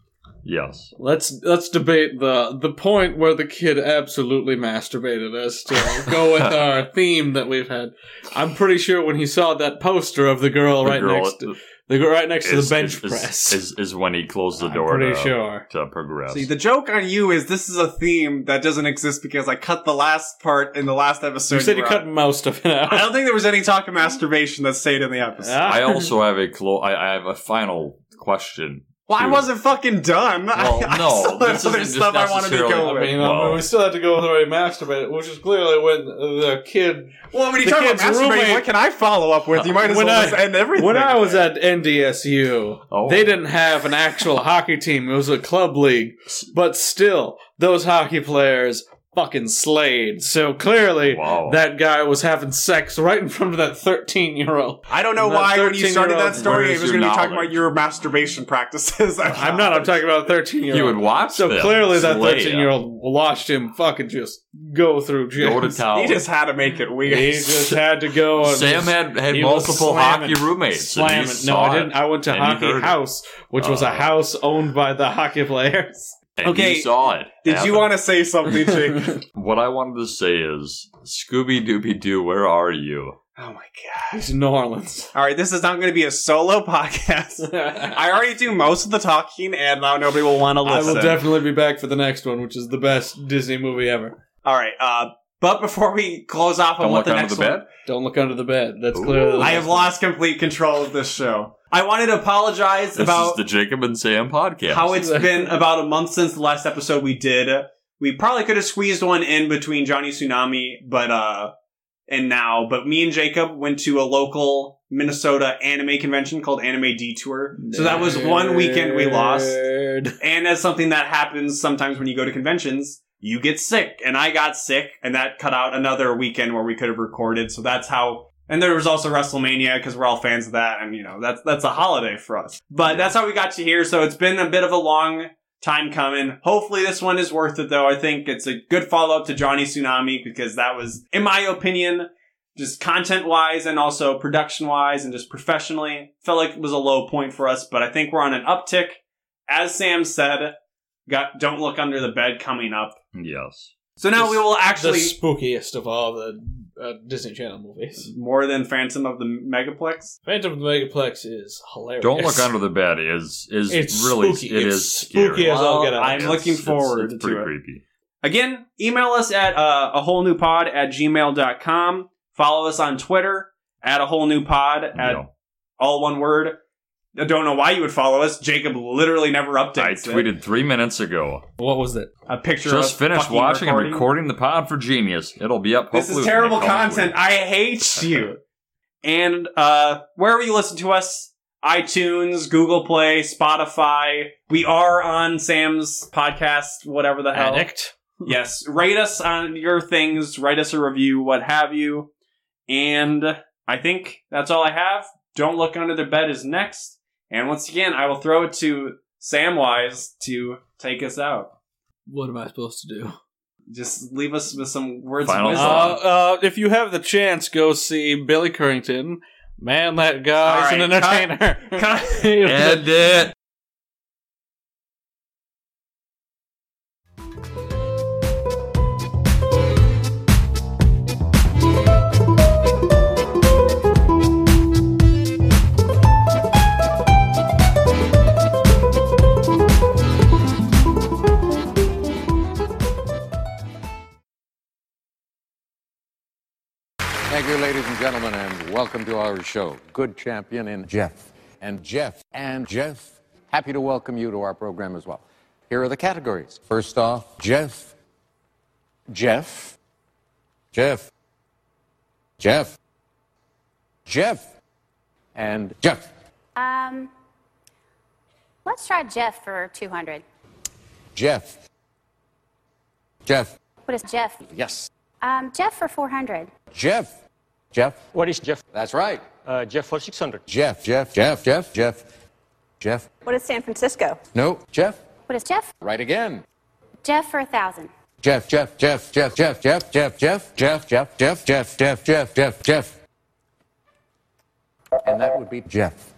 Yes. Let's let's debate the the point where the kid absolutely masturbated us to go with our theme that we've had. I'm pretty sure when he saw that poster of the girl The right girl next to, the girl right next to the is- bench is- is- press. Is, is when he closed the I'm door pretty to, sure. to progress. See, the joke on you is this is a theme that doesn't exist because I cut the last part in the last episode. You said you were cut on. most of it out. I don't think there was any talk of masturbation that stayed in the episode. Ah. I also have a clo- I, I have a final question. well, I Dude. wasn't fucking done. Well, I, I no, still this have other isn't just stuff I wanted to necessarily- go I with. mean, Whoa. I mean, we still had to go with the way he masturbated, which is clearly when the kid. well, when you the talk about kid's masturbating, roommate- Uh, what can I follow up with? You might as When well I- just end everything. When I was at NDSU, Oh. they didn't have an actual hockey team. It was a club league. But still, those hockey players fucking slayed. So clearly, Wow. that guy was having sex right in front of that 13 year old. I don't know That why when you started 13-year-old that story, where's it was your going to be talking knowledge? about your masturbation practices. I'm not, I'm talking about a 13 year old. you would watch So them clearly, that slay 13 year old watched him fucking just go through it. jail. go to town. He just had to make it weird. He just had to go. Oh, And Sam just- had, had he was multiple slamming- hockey roommates. and he Slamming. No, saw I it, didn't. I went to and he heard Hockey it. House, which was a Oh. house owned by the hockey players. and Okay, you saw it. Did you happen. want to say something, Jake? What I wanted to say is, Scooby Dooby Doo, where are you? oh my god! He's in New Orleans. All right, this is not going to be a solo podcast. I I already do most of the talking, and now nobody will want to listen. will definitely be back for the next one, which is the best Disney movie ever. All right, uh, but before we close off on Don't what look the under next the one, bed. Don't look under the bed. That's Ooh. clearly. the I have best one. lost complete control of this show. I wanted to apologize This about is the Jacob and Sam podcast. how it's been about a month since the last episode we did. We probably could have squeezed one in between Johnny Tsunami, but uh, and now, but me and Jacob went to a local Minnesota anime convention called Anime Detour. So that was one weekend we lost. Nerd. And as something that happens sometimes when you go to conventions, you get sick. And I got sick, and that cut out another weekend where we could have recorded. So that's how. And there was also WrestleMania because we're all fans of that, and you know that's that's a holiday for us. But that's how we got you here. So it's been a bit of a long time coming. Hopefully this one is worth it, though. I think it's a good follow up to Johnny Tsunami because that was, in my opinion, just content wise and also production wise and just professionally felt like it was a low point for us. But I think we're on an uptick as Sam said, got don't look under the bed coming up. Yes. So now The- we will The actually spookiest of all the uh, Disney Channel movies. more than Phantom of the Megaplex. Phantom of the Megaplex is hilarious. Don't look under the bed. Is is It's really spooky. it It's is spooky scary. as all get out. I'm It's- looking it's- forward it's to pretty it. creepy. Again, email us at uh, a whole new pod at gmail.com. Follow us on Twitter at a whole new pod at Yeah. all one word. I don't know why you would follow us. Jacob literally never updates. I it. tweeted three minutes ago. What was it? a picture. Just of finished fucking watching recording. and recording the pod for Genius. It'll be up. This hopefully is within terrible a couple of content. weeks. I hate you. and uh, wherever you listen to us, iTunes, Google Play, Spotify, we are on Sam's podcast, whatever the hell. Addict. Yes, rate us on your things, write us a review, what have you. And I think that's all I have. Don't look under the bed is next. And once again, I will throw it to Samwise to take us out. What am I supposed to do? Just leave us with some words Final of Uh, wisdom. uh, if you have the chance, go see Billy Currington. Man, that guy's All an right, cut. entertainer. Cut. End it. Thank you, ladies and gentlemen, and welcome to our show. Good champion in Jeff. And Jeff and Jeff, happy to welcome you to our program as well. Here are the categories. First off, Jeff. Jeff. Jeff. Jeff. Jeff. And Jeff. Um, let's try Jeff for 200. Jeff. Jeff. What is Jeff? Yes. Um, Jeff for 400. Jeff. Jeff. What is Jeff? That's right. Uh, Jeff for 600. Jeff. Jeff. Jeff. Jeff. Jeff. Jeff. What is San Francisco? No. Jeff. What is Jeff? Right again. Jeff for 1,000. Jeff, Jeff, Jeff, Jeff, Jeff, Jeff, Jeff, Jeff, Jeff, Jeff, Jeff, Jeff, Jeff, Jeff, Jeff, Jeff. And that would be Jeff.